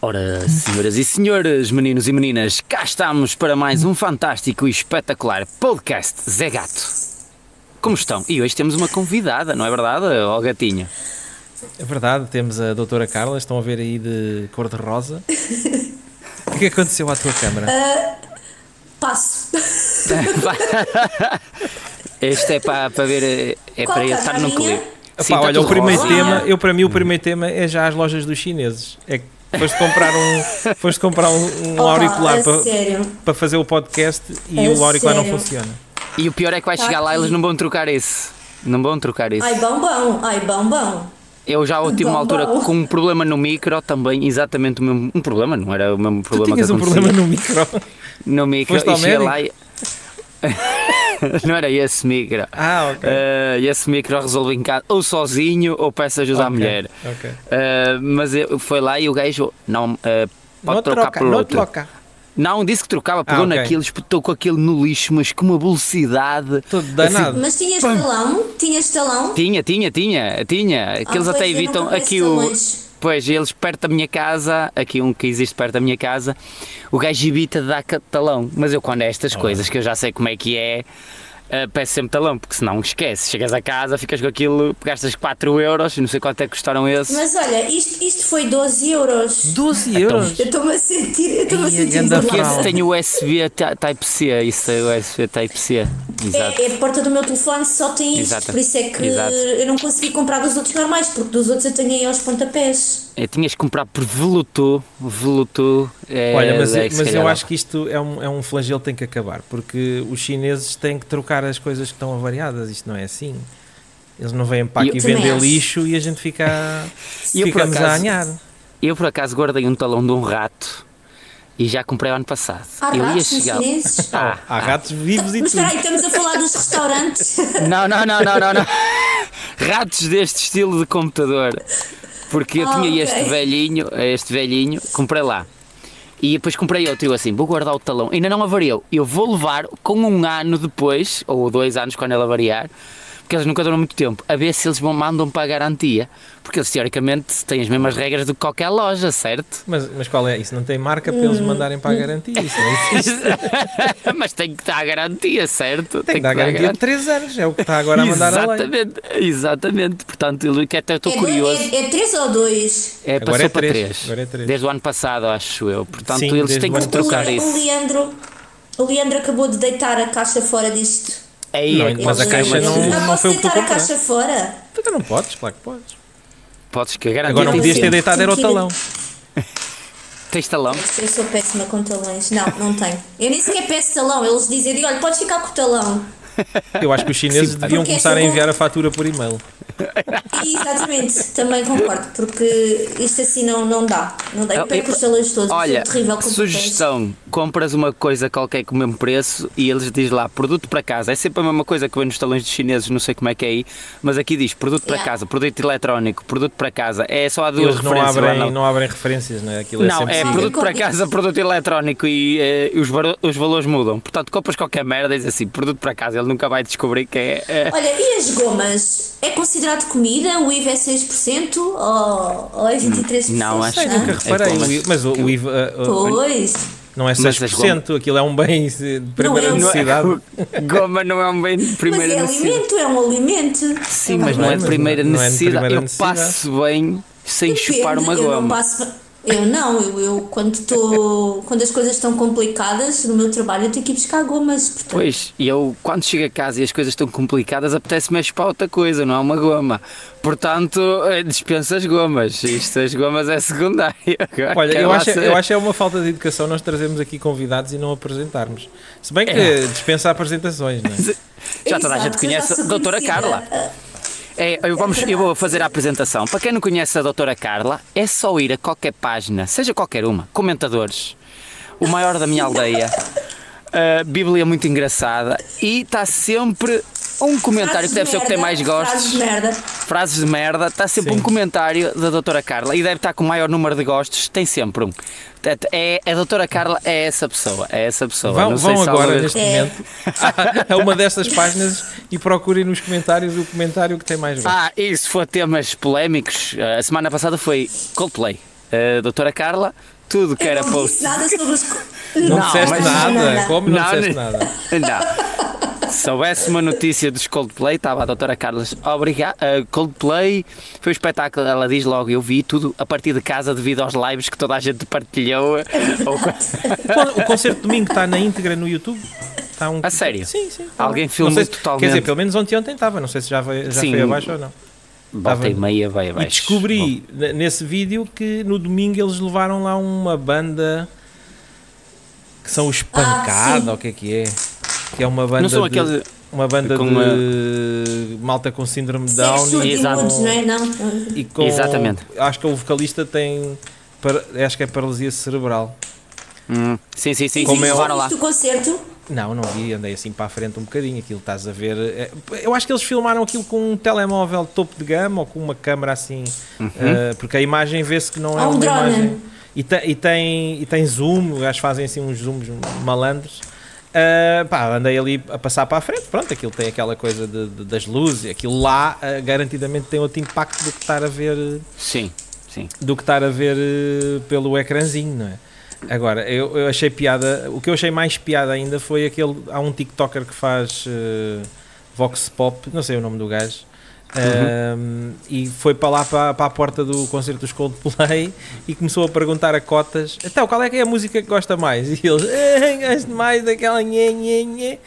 Ora, senhoras e senhores, meninos e meninas, cá estamos para mais um fantástico e espetacular podcast Zé Gato. Como estão? E hoje temos uma convidada, não é verdade, ó gatinho? É verdade, temos a doutora Carla, estão a ver aí de cor-de-rosa. O que aconteceu à tua câmara? Passo. Este é para, para ver, é Qual para ele câmera? estar A num minha? clipe. Epá, Sim, está olha, o tudo primeiro rosa. tema, eu para mim o primeiro tema é já as lojas dos chineses. É que foste comprar um, foste comprar um, um Opa, auricular a para, sério. para fazer o podcast e A o auricular não sério. funciona. E o pior é que vai Está chegar lá, Tá aqui. eles não vão trocar esse. Não vão trocar esse. Ai, bom, bom. Ai, bom, bom. Eu já tive uma Bom, altura bom. com um problema no micro também, exatamente o mesmo. Um problema, não era o mesmo Tu problema tinhas que um acontecia. problema no micro. no micro Foste ao e cheguei médico? lá e... Não era esse micro. Ah, ok. Eh, esse micro resolve em casa, ou sozinho, ou peço ajuda à Ok, mulher. ok. Eh, mas eu, foi lá e o gajo não eh, pode Não trocar troca, por não outro. troca. Ah, Não, disse que trocava, pegou ok. naquilo, espetou com aquilo no lixo, mas com uma velocidade. Todo danado. Mas tinhas talão? Tinhas talão? Tinha, tinha, tinha, tinha. Aqueles Ah, pois, até eu evitam nunca aqui conheço o. salões. Pois, eles perto da minha casa, aqui um que existe perto da minha casa, o gajo evita de dar ca- talão. Mas eu, quando é estas coisas que eu já sei como é que é, eh, peço sempre talão, porque senão esquece. Chegas a casa, ficas com aquilo, gastas 4 euros, não sei quanto é que custaram esse. Mas olha, isto, isto foi 12 euros. É 12 euros. Eu estou-me a sentir. Eu estou-me a Ai, a sentir. ganda de Porque lado. esse fraude. tem USB ta- Type-C, isso é USB Type-C. Exato. É, é a porta do meu telefone, só tem isto. Exato. Por isso é que Exato. eu não consegui comprar dos outros normais, porque dos outros eu tenho aí aos pontapés. Eu Eh, tinhas que comprar por Velutu, Velutu. é, Olha, mas, é que se mas eu calhar acho que isto é um, é um flagelo que tem que acabar, porque os chineses têm que trocar as coisas que estão avariadas, isto não é assim. Eles não vêm para E eu- aqui Também vender acho. lixo e a gente fica, a- E eu, por ficamos a acaso, anhar. Eu por acaso guardei um talão de um rato e já comprei ano passado. Há eu Ah, ratos nos chineses? Ah, Há ratos vivos e Mas tudo. espera aí, estamos a falar dos restaurantes. Não, não, não, não, não, não. Ratos deste estilo de computador. Porque eu Ah, tinha ok. este velhinho, este velhinho, comprei lá. E depois comprei outro, eu assim, vou guardar o talão. Ainda não avariou. Eu vou levar com um ano depois, ou dois anos quando ela variar, porque eles nunca duram muito tempo, a ver se eles vão- mandam para a garantia. Porque eles teoricamente têm as mesmas regras do que qualquer loja, certo? Mas, mas qual é? Isso não tem marca para eles mandarem para a garantia. Isso não existe. Mas tem que dar a garantia, certo? Tem que dar garantia de 3 anos, é o que está agora a mandar a lei. exatamente, exatamente. Portanto, eu que até estou É do- curioso. É 3 ou 2? É, Agora passou é para três, 3. agora é três. Desde o ano passado, acho eu. Portanto, Sim, eles desde têm o que ano trocar o, Le- o isso. Leandro, o Leandro acabou de deitar a caixa fora disto. Aí, Não, é que mas a posso- caixa Ele- não- Ah, não posso foi o que tu deitar a compraste. caixa fora? Tu não podes, claro que podes. Podes cagar Agora não Sim, podias ter sim. deitado era o Sim, sim. talão. Tens talão? Eu sou péssima com talões. Não, não tenho. Eu nem sequer peço talão. Eles dizem, digo, olha, podes ficar com o talão. Eu acho que os chineses deviam Porque é que começar a eu vou- enviar a fatura por e-mail. E, exatamente, também concordo, porque isto assim não, não dá. Não dá. Eu perco os talões todos. Olha, sou terrível com sugestão: compras uma coisa qualquer com o mesmo preço e eles diz lá produto para casa. É sempre a mesma coisa que vem nos talões dos chineses, não sei como é que é aí, mas aqui diz produto para Yeah. casa, produto eletrónico, produto para casa. É só há duas Eles não referências. lá abrem, não. não abrem referências, não é? Aquilo é Não, sempre é siga. produto para Convite. casa, produto eletrónico e eh, os, varo- os valores mudam. Portanto, compras qualquer merda e diz assim, produto para casa, ele nunca vai descobrir que é. eh, Olha, e as gomas? É considerado comida? O IVA é 6% ou, ou é 23%? Não, acho Sei, que nunca É reparei, como- o I- mas o, o IVA uh, uh, Pois. não é Mas as 6%, aquilo é um bem de primeira é um- não é- necessidade. goma não é um bem de Mas primeira é necessidade. alimento, é um alimento. Sim, mas bem, não é mas de primeira não é de necessidade. primeira eu necessidade. passo bem sem chupar uma Depende, Eu não, goma. passo- eu não, eu, eu quando, tô, quando as coisas estão complicadas no meu trabalho, eu tenho que ir buscar gomas. Portanto, Pois, e eu quando chego a casa e as coisas estão complicadas, apetece-me a chupar outra coisa, não é uma goma. Portanto, eh, dispensa as gomas. Isto, as gomas é secundário. Agora Olha, quero eu lá acho, saber. eu acho que é uma falta de educação nós trazermos aqui convidados e não apresentarmos. Se É. bem que dispensa apresentações, não é? Já toda a Exato, gente eu já conhece a sou Doutora conhecida. Carla. É, eu, vamos, eu vou fazer a apresentação. Para quem não conhece a Doutora Carla, é só ir a qualquer página, seja qualquer uma, comentadores, o maior da minha aldeia, a Bíblia muito engraçada e está sempre um comentário que deve Frases ser o que tem merda, mais frases gostos, de merda. frases de merda, está sempre Sim. um comentário da Doutora Carla e deve estar com o maior número de gostos, tem sempre um. Portanto, É, a Doutora Carla é essa pessoa, é essa pessoa. Vão, não sei vão se agora alguma- neste É. momento a uma destas páginas e procurem nos comentários o comentário que tem mais gosto. Ah, e se for temas polémicos, eh, a semana passada foi Coldplay. A doutora Carla tudo que era Eu não post. disse nada sobre os. co- Não, Não, disseste mas- nada. Como não, Não, disseste não- nada? Não. Se houvesse uma notícia dos Coldplay, estava a doutora Carlos, obrigado. Coldplay foi um espetáculo, ela diz logo, eu vi tudo a partir de casa devido aos lives que toda a gente partilhou. Ou co- O concerto de domingo está na íntegra no YouTube? Está um... A sério? Sim, sim. Alguém Não filmou sei se- totalmente. Quer dizer, pelo menos ontem ontem estava, não sei se já, vai, já Sim. foi abaixo ou não. Volta e meia vai E abaixo. descobri ne- nesse vídeo que no domingo eles levaram lá uma banda que são os Ah, sim. Pancada, ou o que é que é? Que é uma banda Não são de, aqueles. uma banda com de malta com síndrome de Down Sexo e, de exato. mudos, não é? Não. e com Exatamente. acho que o vocalista tem para- acho que é paralisia cerebral. Hum, Sim, sim, sim. Como sim, é- bora Já lá. viste o concerto? Não, não vi, andei assim para a frente um bocadinho, aquilo estás a ver. é, Eu acho que eles filmaram aquilo com um telemóvel topo de gama ou com uma câmera assim, eh, porque a imagem vê-se que não é Ou um uma drone. imagem. E, te- e tem, e tem zoom, os gajos fazem assim uns zooms malandros. Ah, pá, andei ali a passar para a frente, pronto, aquilo tem aquela coisa de- de- das luzes, aquilo lá ah, garantidamente tem outro impacto do que estar a ver. eh, Sim, sim. do que estar a ver eh, pelo ecrãzinho, não é? Agora, eu, eu achei piada, o que eu achei mais piada ainda foi aquele, há um TikToker que faz eh, Vox Pop, não sei o nome do gajo, ehm, e foi para lá para, para a porta do concerto dos Coldplay e começou a perguntar a cotas, então qual é que é a música que gosta mais? E eles, "Eh, gosto mais daquela nhé, nhé, nhé.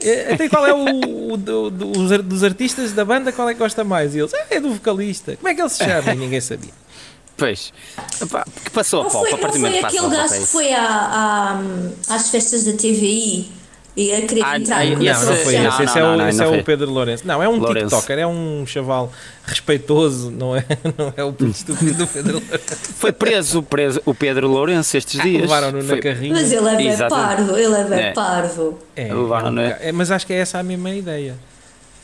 Eh, Até qual é o, o do- do- os ar- dos artistas da banda, qual é que gosta mais? E eles, "Ah, é do vocalista. Como é que ele se chama? E ninguém sabia. Pois. Epá, que passou Não a pop, foi, a não partir do foi momento que aquele passou a gajo pop, é que isso. foi à- à- às festas da TVI e a querer Ah, entrar ah, no não, Não, não Esse- foi esse. não, Esse é não, o, não, esse não é o foi. Pedro Lourenço. Não, é um Lourenço. TikToker, é um chaval respeitoso, não é, não é o estúpido do Pedro Lourenço. Foi preso, preso o Pedro Lourenço estes dias. Ah, Levaram-no na Foi- carrinha. Mas ele é bem Exatamente. parvo, ele é bem É. parvo. É, é levaram, um não é? bocado- é, mas acho que é essa a mesma ideia.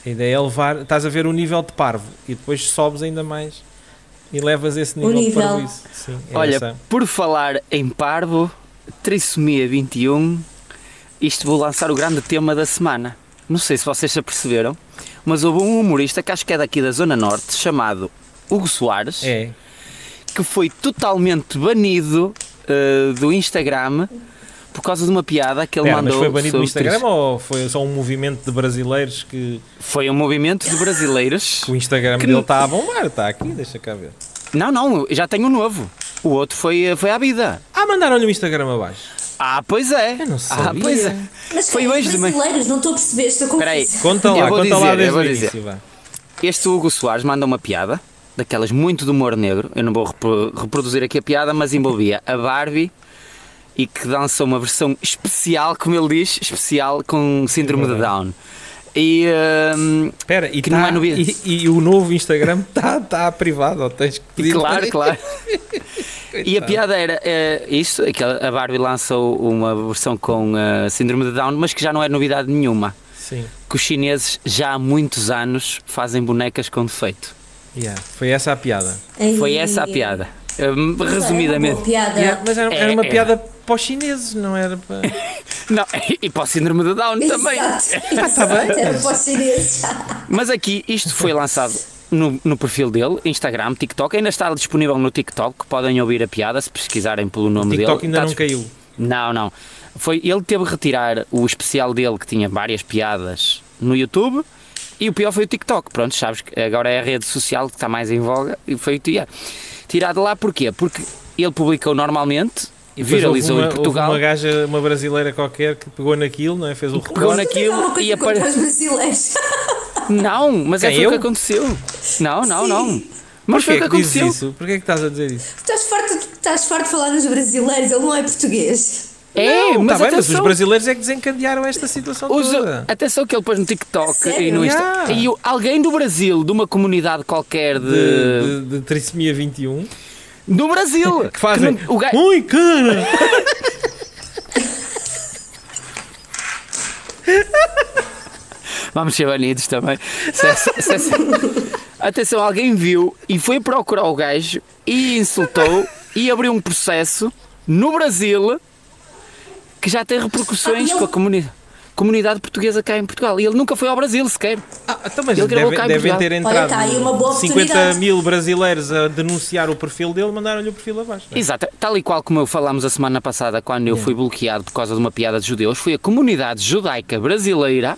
A ideia é levar, estás a ver o nível de parvo e depois sobes ainda mais e levas esse nível, nível. de parvo. Sim, é Olha, essa. por falar em parvo, trissomia 21, isto vou lançar o grande tema da semana. Não sei se vocês se aperceberam, mas houve um humorista que acho que é daqui da Zona Norte, chamado Hugo Soares, É. que foi totalmente banido eh, do Instagram por causa de uma piada que ele Pera, mas mandou. foi banido sobre no Instagram tris- ou foi só um movimento de brasileiros que, Foi um movimento de brasileiros. que o Instagram Que dele não- está a bombar? Está aqui, deixa cá ver. Não, não, já tenho um novo. O outro foi, eh, foi à vida. Ah, mandaram-lhe o Instagram abaixo. Ah, pois é. Eu não Ah, sabia. pois é. Mas Foi hoje de manhã. brasileiros, não estou a perceber, estou confusa. Espera aí. Conta Eu lá, vou conta dizer, lá eu desde vou o dizer. início, vá. Este Hugo Soares manda uma piada, daquelas muito de humor negro. Eu não vou repro- reproduzir aqui a piada, mas envolvia a Barbie e que dança uma versão especial, como ele diz, especial com É síndrome de Down. E hum, Espera, e, Que não tá- há novidade. e- e o novo Instagram está tá privado, ou tens que pedir claro, claro. E a Coitado. piada era eh, isto, é que a Barbie lançou uma versão com eh, síndrome de Down, mas que já não é novidade nenhuma. Sim, Que os chineses já há muitos anos fazem bonecas com defeito. yeah, foi essa a piada. Aí. Foi essa a piada. Hum, Era uma boa Resumidamente. piada. Ah, Yeah, mas era, era É, uma é. piada para os chineses, não era para. Não, e para o síndrome de Down também. Ah, tá Exato, exato, era para os chineses. Mas aqui isto foi lançado no, no perfil dele, Instagram, TikTok. Ainda está disponível no TikTok. Podem ouvir a piada se pesquisarem pelo nome TikTok dele. ainda Está não disp- caiu. Não, não. Foi, ele teve que retirar o especial dele que tinha várias piadas no YouTube. E o pior foi o TikTok. Pronto, sabes que agora é a rede social que está mais em voga e foi tirar- tirado lá porquê? Porque ele publicou normalmente, Depois houve viralizou uma, em houve Portugal. Uma gaja, uma brasileira qualquer que pegou naquilo, não é? Fez o Pegou recorte. naquilo Não, uma coisa e apare- contra os brasileiros. Não, mas é Quem, foi eu? o que aconteceu. Não, não, Sim. não. Mas foi o que Porquê que dizes aconteceu. isso? Porquê que estás a dizer isso? Estás farto, de- estás farto de falar nos brasileiros, ele não é português. É, não, mas, tá bem, mas os atenção, brasileiros é que desencadearam esta situação os- toda. atenção que ele pôs no TikTok e Sério? no Insta. Yeah. E o- alguém do Brasil, de uma comunidade qualquer de. De, de, de Trissomia 21. Do Brasil! Que fazem. não- o ga- Ui, cara! Vamos ser banidos também. Se- é- se- se- se- Atenção, alguém viu e foi procurar o gajo e insultou e abriu um processo no Brasil que já tem repercussões Ah, ele- com a comunidade. comunidade portuguesa cá em Portugal. E ele nunca foi ao Brasil sequer. Ah, então, mas Ele gravou deve- cá em devem Portugal. ter entrado tá aí uma boa 50 oportunidade. mil brasileiros a denunciar o perfil dele, mandaram-lhe o perfil abaixo. não é? Exato, tal e qual como eu falámos a semana passada, quando eu fui bloqueado por causa de uma piada de judeus, foi a comunidade judaica brasileira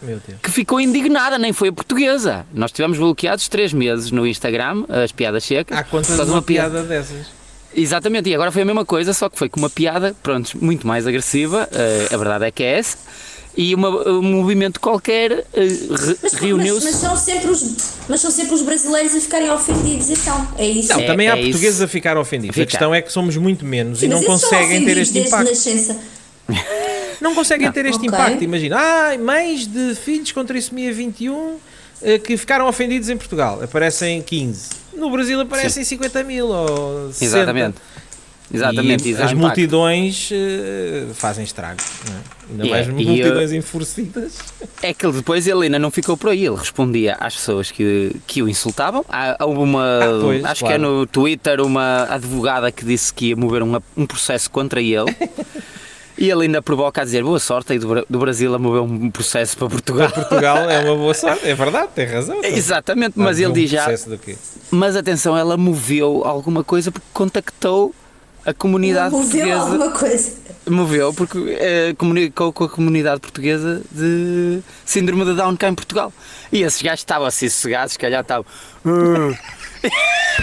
Meu Deus. que ficou indignada, nem foi a portuguesa. Nós tivemos bloqueados três meses no Instagram, as piadas secas. Há quantas por causa de uma piada dessas? Exatamente, e agora foi a mesma coisa, só que foi com uma piada, pronto, muito mais agressiva, eh, a verdade é que é essa, e uma- um movimento qualquer eh, re- Mas, mas, mas reuniu-se. são sempre os, mas são sempre os brasileiros a ficarem ofendidos, então. É isso. Não, É- também há é isso. portugueses a ficar ofendidos. A Fica. questão é que somos muito menos e Mas não eles são conseguem ter ofendidos este desde impacto. nascença. Não conseguem ter este Ok. impacto. Imagina, ai, mães de filhos com trissomia 21 eh, que ficaram ofendidos em Portugal. Aparecem 15. No Brasil aparecem 50 mil ou 60. Exatamente. Exatamente, E isso há as impacto. multidões eh, fazem estrago. não é? Ainda E é, mais e multidões enfurecidas. É que ele depois ele ainda não ficou por aí, ele respondia às pessoas que, que o insultavam. Há, há uma, Ah, pois, acho claro. que é no Twitter, uma advogada que disse que ia mover um, um processo contra ele. E ele ainda provoca a dizer boa sorte aí do, Bra- do Brasil a mover um processo para Portugal. Portugal é uma boa sorte, é verdade, tem razão. Exatamente, mas ele um diz já. processo do quê? Mas atenção, ela moveu alguma coisa porque contactou a comunidade Moveu portuguesa. alguma coisa. Moveu porque eh, comunicou com a comunidade portuguesa de síndrome de Down cá em Portugal. E esses gajos estavam assim sossegados, se calhar estavam. "Ah,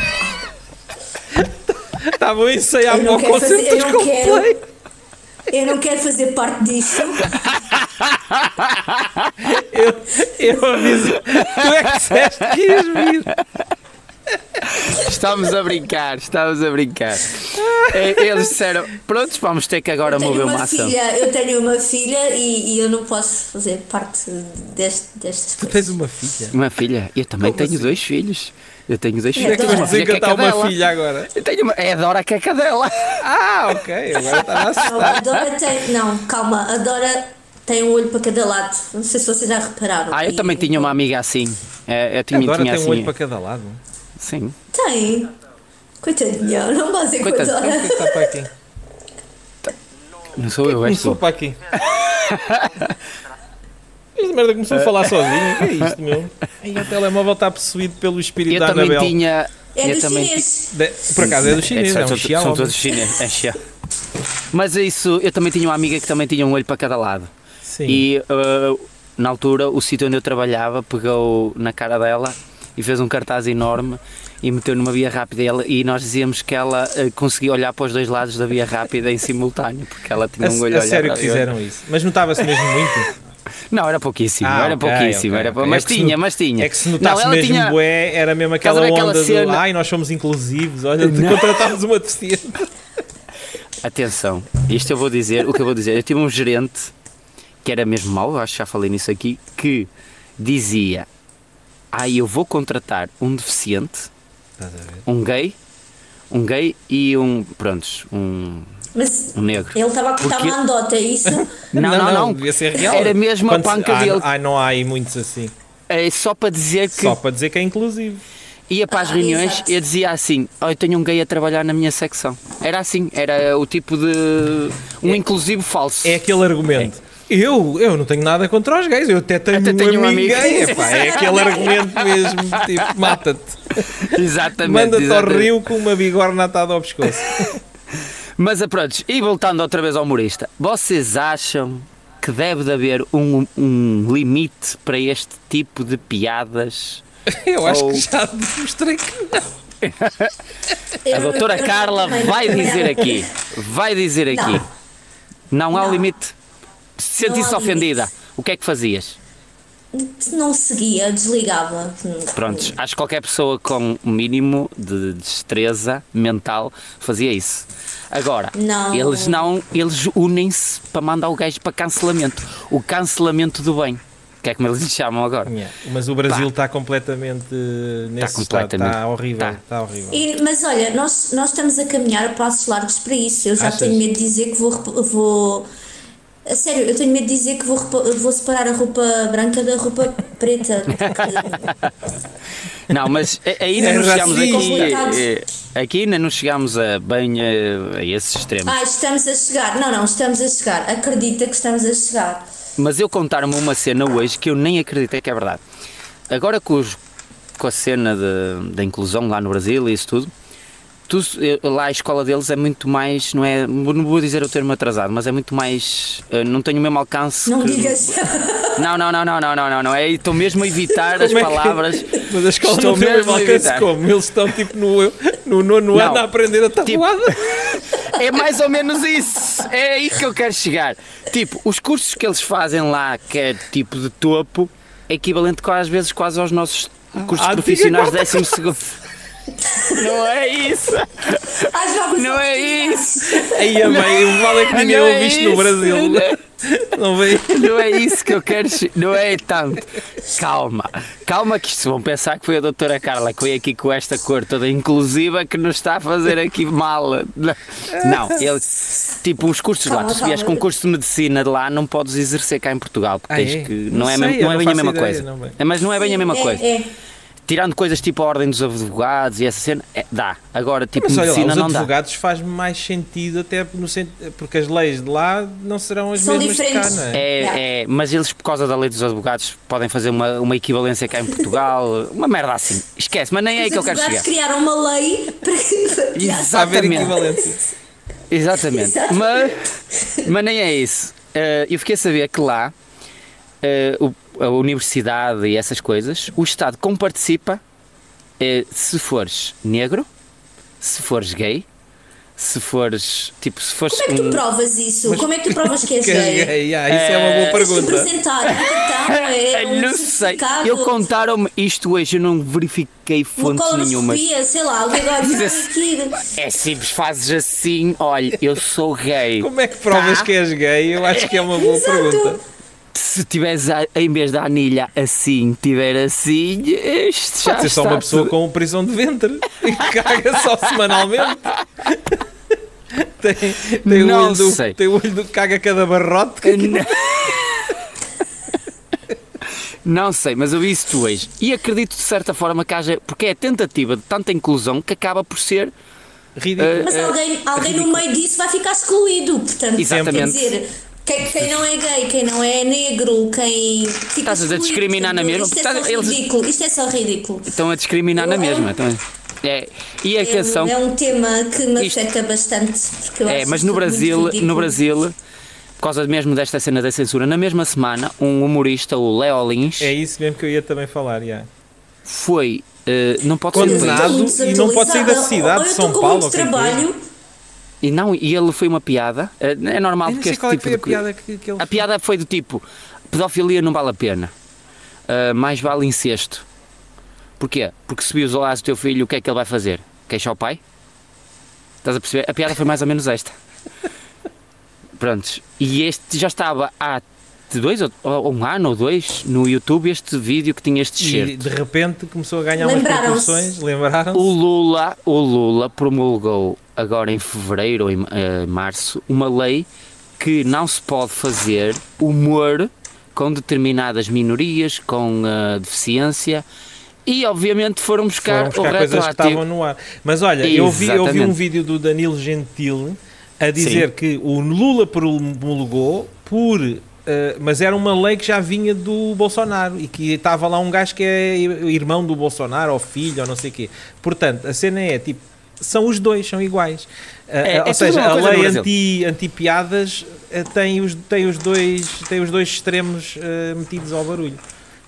Estavam a ensaiar Eu não para o quero fazer- concerto eu dos não quero. Coldplay. Eu não quero fazer parte disto. Eu, eu aviso, tu é que disseste que ias vir. Estamos a brincar, estamos a brincar. Eh, Eles disseram: prontos, vamos ter que agora Eu tenho mover uma uma ação. filha, eu tenho uma filha e, e eu não posso fazer parte deste, destas Tu coisas. tens um- uma filha. Uma filha, eu também Como tenho assim? dois filhos. Eu tenho dois Como é filhos. Eu que tenho vais uma filha que é Desencantar uma cadela. filha agora. Eu tenho uma- É a Dora que é cadela. Ah, ok, agora estava a Não, assustar. a Dora tem. Não, calma, a Dora tem um olho para cada lado. Não sei se vocês já repararam. Ah, eu E- também tinha uma amiga assim. Eh, Eu tinha, Agora tinha tem assim. um olho para cada lado. Sim. Tem. Coitadinha, não vou dizer com a Coitadinha. Por que Dora. é que está para aqui? Não sou eu, és Começou tu. para aqui. Esta merda começou a falar sozinho. O que é isto, meu? Aí o telemóvel está possuído pelo espírito Eu da também Anabel. tinha. É eu dos também chineses. De- Por acaso é do chinês, são, é, um todos- Xiaomi. são todos chineses, é Xiaomi. Mas é isso, eu também tinha uma amiga que também tinha um olho para cada lado. Sim. E eh, na altura, o sítio onde eu trabalhava pegou na cara dela e fez um cartaz enorme e meteu numa via rápida. E, ela- e nós dizíamos que ela eh, conseguia olhar para os dois lados da via rápida em simultâneo, porque ela tinha A, um olho a olhar sério para que a outra. fizeram isso. Mas notava-se mesmo muito. Não, era pouquíssimo, Ah, era ok, pouquíssimo. ok, era pou- ok. Mas É que se tinha, no- mas tinha. É que se notasse não, ela mesmo tinha, bué, era mesmo aquela Estás a ver onda aquela do cena- ai, nós somos inclusivos, olha, contratámos uma deficiente. Atenção, isto eu vou dizer, o que eu vou dizer, eu tive um gerente que era mesmo mau, eu acho que já falei nisso aqui, que dizia: Ah, eu vou contratar um deficiente, Estás a ver? um gay, um gay e um. Prontos, um, Mas um negro. ele estava a contar Porque- uma andota, é isso? Não, não, não. devia ser real. Era mesmo a Quando se- panca ah, dele. Ah, não há aí muitos assim. É só para dizer que Só para dizer que é inclusivo. ia para as Ah, reuniões exato. e eu dizia assim: Oh, eu tenho um gay a trabalhar na minha secção. Era assim, era o tipo de. um inclusivo falso. É aquele argumento. Eu, eu não tenho nada contra os gays, eu até tenho, Até um, tenho um amigo amigo. gay. Epá, é aquele argumento mesmo, tipo, mata-te. Exatamente. Manda-te ao exatamente. rio com uma bigorna atada ao pescoço. Mas a prontos, e voltando outra vez ao humorista, vocês acham que deve de haver um, um limite para este tipo de piadas? Eu acho Ou- que já demonstrei que Eu A não- doutora eu não- Carla também não- vai dizer aqui, vai dizer aqui, não há Não. limite. Se Não há sentisse limite. ofendida, o que é que fazias? Se não seguia, desligava. Prontos, acho que qualquer pessoa com o mínimo de destreza mental fazia isso. Agora, Não. eles não, eles unem-se para mandar o gajo para cancelamento. O cancelamento do bem, que é como eles lhe chamam agora. Yeah, Mas o Brasil está completamente eh, nesse completamente. estado. Está horrível. Tá. Está horrível. E- mas olha, nós, nós estamos a caminhar a passos largos para isso. Eu já Achas? tenho medo de dizer que vou, rep- vou. A sério, eu tenho medo de dizer que vou, rep- vou separar a roupa branca da roupa preta. Não, mas a- ainda É não chegámos aqui. racista. eh, Aqui ainda não chegámos a bem eh, a, esses extremos. Ah, estamos a chegar. Não, não, estamos a chegar. Acredita que estamos a chegar. Mas eu contaram-me uma cena hoje que eu nem acreditei que é verdade. Agora com, os- com a cena de- da inclusão lá no Brasil e isso tudo, tu- eh, lá a escola deles é muito mais, não é, não vou dizer o termo atrasado, mas é muito mais, eh, não tem o mesmo alcance. Não que- digas. Não, não, não, não, não, não, não, não, é, estou mesmo a evitar as Como é que- palavras. Mas a escola Estou não tem o mesmo mesmo a alcance evitar. como? Eles estão tipo no, no nono Não. ano a aprender a tabuada. Tipo, É mais ou menos isso. É aí que eu quero chegar. Tipo, os cursos que eles fazem lá, que é tipo de topo, é equivalente quase, às vezes quase aos nossos cursos Ah, profissionais de diga 12 segundo. Não é isso. Há jogos Não é oportunidades. Aí a mãe, o vale é que ninguém Não é ouve isto no isso. Brasil. Não vem. Não é isso que eu quero. che- Não é tanto. Calma, calma, que isto vão pensar que foi a doutora Carla que veio aqui com esta cor toda inclusiva que nos está a fazer aqui mal. Não, ele, tipo, os cursos lá, Calma, tu se vieres com um calma. curso de medicina de lá, não podes exercer cá em Portugal, porque Ah, tens é? que. Não Não, é, sei, mesmo- eu não é não bem a faço mesma ideia, coisa. não bem. É, Mas não é bem a mesma É, coisa. é. Tirando coisas tipo a ordem dos advogados e essa cena, é, dá. Agora, tipo, Mas olha lá, medicina os não dá. advogados faz mais sentido até no sentido, porque as leis de lá não serão as São mesmas de cá, diferentes. não é? É, Yeah. é, mas eles, por causa da lei dos advogados, podem fazer uma, uma equivalência cá em Portugal, uma merda assim. Esquece, mas nem é aí que eu Os quero advogados chegar. criaram uma lei para que. Está a haver Exatamente, equivalência. exatamente. Exato. Mas, mas nem é isso. Eh, eu fiquei a saber que lá, eh, o- a universidade e essas coisas, o Estado comparticipa eh, se fores negro, se fores gay, se fores, tipo, se fores... Como é que tu um- provas isso? Como é que tu provas que és Que é gay? gay, ah, isso é uma boa Tens de pergunta. apresentar um cartão, é um não sei. certificado, Eu contaram-me isto hoje, eu não verifiquei uma fontes nenhumas. coloroscopia, sei lá, algo agora aqui. É simples, fazes assim, olha, eu sou gay. Como é que provas Tá. que és gay? Eu acho que é uma boa Exato. pergunta. Se tiveres a- em vez da anilha assim, tiver assim, este já Pode ser está só uma pessoa tudo. com um prisão de ventre e caga só semanalmente. Tem, tem, o Não olho do, sei. tem o olho do que caga cada barrote. que aquilo- Não sei, mas eu vi isso hoje. E acredito de certa forma que haja, porque é a tentativa de tanta inclusão que acaba por ser Eh, Ridículo. É Mas alguém, alguém no meio disso vai ficar excluído. Portanto, Exatamente. quer dizer, quem, quem não é gay, quem não é negro, quem. fica Estás a excluído, discriminar na portanto, mesma? Isto é só Portanto, eles- ridículo. Isto é só ridículo. estão a discriminar na Eu- mesma. Então, é. E a É, canção um- é um tema que me Isto- afeta bastante. Porque eu É, acho mas no isto muito Brasil, ridículo. no Brasil, por causa mesmo desta cena da censura, na mesma semana, um humorista, o Léo Lins, É isso mesmo que eu ia também falar. já. foi. eh, não pode ser Condenado. preso. Estou e não pode sair da cidade de desatualizada. Ou eu São estou com Paulo, muito ou o que é que é? trabalho. E, não, e ele foi uma piada. Eh, É normal Eu não porque sei este qual é que tipo foi de a coisa- piada que, que ele A piada foi do tipo: pedofilia não vale a pena. Ah, mais vale incesto. Porquê? Porque se violares o teu filho, o que é que ele vai fazer? Queixar o pai? Estás a perceber? A piada foi mais ou menos esta. Prontos. E este já estava há dois ou ou um ano ou dois no YouTube este vídeo que tinha este E cheiro. de repente começou a ganhar umas Lembraram-se. proporções, lembraram-se? O Lula, o Lula promulgou agora em fevereiro ou em eh, março uma lei que não se pode fazer humor com determinadas minorias, com eh, deficiência e obviamente foram buscar, Foram buscar o coisas que retroativo. estavam no ar. Mas olha, eu vi, eu vi um Exatamente. vídeo do Danilo Gentile a dizer que o Lula promulgou por. eh, mas era uma lei que já vinha do Bolsonaro e que estava lá um gajo que é irmão do Bolsonaro ou filho ou não sei o quê. Portanto, a cena é tipo. São os dois, são iguais. Eh, É- eh, é ou tudo seja, uma a coisa no lei Brasil. anti- anti-piadas eh, tem, os, tem, os dois, tem os dois extremos eh, metidos ao barulho.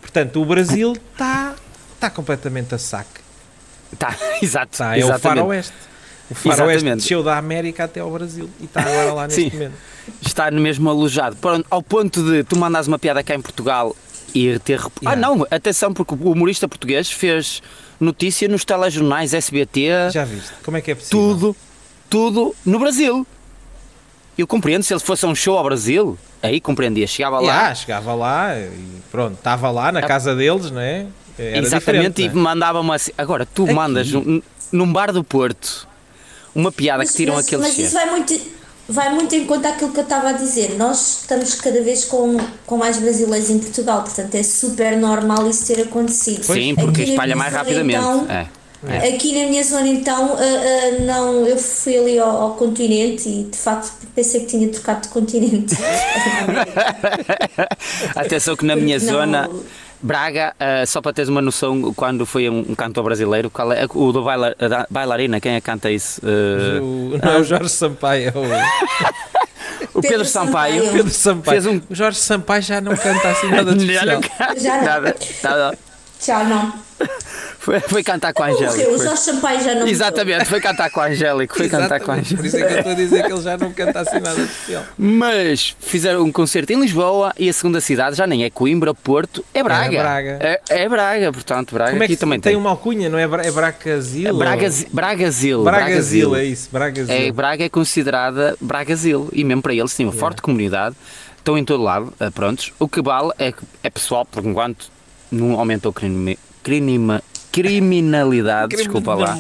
Portanto, o Brasil está tá completamente a saque. Tá, exato, Tá, é o exatamente. faroeste. O faroeste Exatamente. desceu da América até ao Brasil e está agora lá neste Sim. momento. Está no mesmo alojado. Pronto, ao ponto de tu mandares uma piada cá em Portugal e ter. rep- Ah, Yeah. não, atenção, porque o humorista português fez notícia nos telejornais SBT. Já viste? Como é que é possível? tudo, tudo no Brasil. Eu compreendo, se ele fosse a um show ao Brasil, aí compreendia, chegava lá, Yeah, ah, chegava lá e pronto, estava lá na casa deles, não é? Era exatamente, e diferente, não é? mandava uma... assim- Agora, tu Aqui. mandas num, num bar do Porto uma piada Mas, que tiram mas- aquele mas isso cheiro. vai muito, vai muito em conta aquilo que eu estava a dizer. Nós estamos cada vez com, com mais brasileiros em Portugal, portanto é super normal isso ter acontecido. Sim, Aqui porque na espalha mais Venezuela, rapidamente. então, é. É. Aqui na minha zona, então, ah, ah, não, eu fui ali ao, ao continente e de facto pensei que tinha trocado de continente. Atenção que na minha Não. zona, Braga, ah, só para teres uma noção, quando foi um, um cantor brasileiro, qual é, o do baila- da bailarina, quem é que canta isso? Ah, O- não é o Jorge Sampaio, é o o Pedro, Pedro Sampaio. Sampaio. Pedro Sampaio. Fez um- O Jorge Sampaio já não canta assim nada de Já especial. não canta Já não. nada, nada. Já não. Foi, foi cantar com a Angélica. Morreu, o foi. Jorge Sampaio já não morreu. Exatamente, foi cantar com a Angélica, foi cantar com a Exatamente, Por Angélica. isso é que eu estou a dizer que ele já não canta assim nada de especial. Mas fizeram um concerto em Lisboa e a segunda cidade já nem é Coimbra, Porto, é Braga. É Braga. É, é Braga, portanto, Braga Como é que aqui também tem tem. uma alcunha, não é? Bra- É Bracazil? ou- Bragazil. Bragazil. Bragazil, é isso, Bragazil. É, Braga é considerada Bragazil e mesmo para eles tem uma forte comunidade, estão em todo lado, eh, prontos. O que vale é, que é pessoal, por enquanto não aumentou a crime- crime- criminalidade, desculpa lá.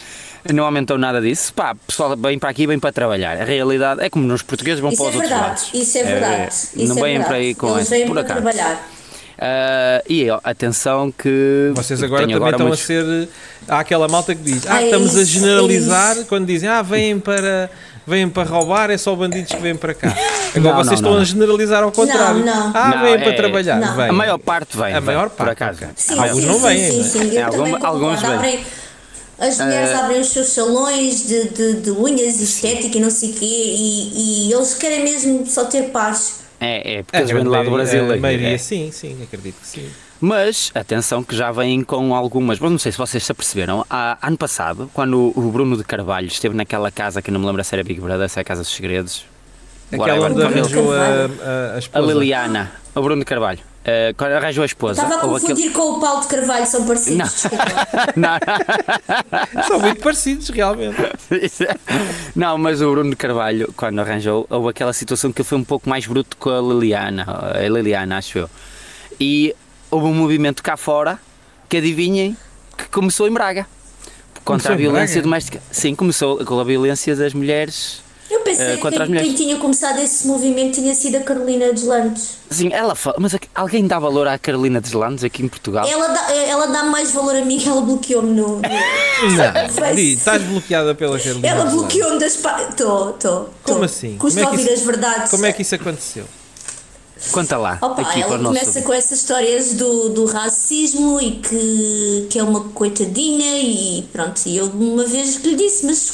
é Não aumentou nada disso. Pá, pessoal, bem para aqui, bem para trabalhar. A realidade é como nos portugueses vão Isso para é os outros verdade, lados. isso é verdade. isso não é venham verdade. para aí com Eles essa, vêm por para acaso. trabalhar. Ah, e ó, atenção que. Vocês agora tenho também estão assim, muitos- a ser. eh, Há aquela malta que diz: Ah, Ah, é estamos a isso, é generalizar isso. quando dizem: Ah, vêm para, vêm para roubar, é só bandidos que vêm para cá. Agora Não, não, vocês estão não. a generalizar ao contrário. não. Ah, Não, vêm é- para trabalhar. não. Vêm. A maior parte vem. A vem, maior Por parte, acaso. ok. Sim, Alguns sim, não sim, vêm, sim, não é? sim. Eu Algum- também concordo. alguns Eh, vêm. Abrem- as mulheres abrem os seus salões de, de, de unhas e estética e não sei o quê e, e eles querem mesmo só ter paz. É, é, porque A eles vêm grande do lado do maioria- Brasil. a é- maioria, é. sim, sim, acredito que sim. Mas, atenção, que já vêm com algumas. Bom, não sei se vocês se aperceberam. há- ano passado, quando o Bruno de Carvalho esteve naquela casa que não me lembro se era Big Brother, se é a Casa dos Segredos. Aquela whatever, onde quando ele- arranjou a, a, a A esposa. Liliana, o Bruno de Carvalho. eh, quando arranjou a esposa. Estava a houve aquele- confundir com o Paulo de Carvalho, são parecidos. Não. desculpa. Não, São muito parecidos, realmente. Não, mas o Bruno de Carvalho, quando arranjou, houve aquela situação que ele foi um pouco mais bruto com a Liliana, a Liliana, acho eu. E houve um movimento cá fora, que adivinhem, que começou em Braga. Contra Começou a em violência Braga? doméstica. Sim, começou com a violência das mulheres. Eu Eh, pensei que contra as quem, mulheres. quem tinha começado esse movimento tinha sido a Carolina dos Landes. Sim, ela fala, mas a- alguém dá valor à Carolina Deslandes aqui em Portugal? Ela dá, eh, ela dá mais valor a mim, ela bloqueou-me no. no- Não, Vai Di, ser. estás bloqueada pela Carolina. Ela Deslandes. bloqueou-me das. pa- Tô, tô. tô. Como assim? Como Custa é que ouvir isso- as verdades. Como é que isso aconteceu? Conta lá, Opa, aqui para ela o nosso. começa com essas histórias do, do racismo e que, que é uma coitadinha e pronto, e eu uma vez lhe disse, mas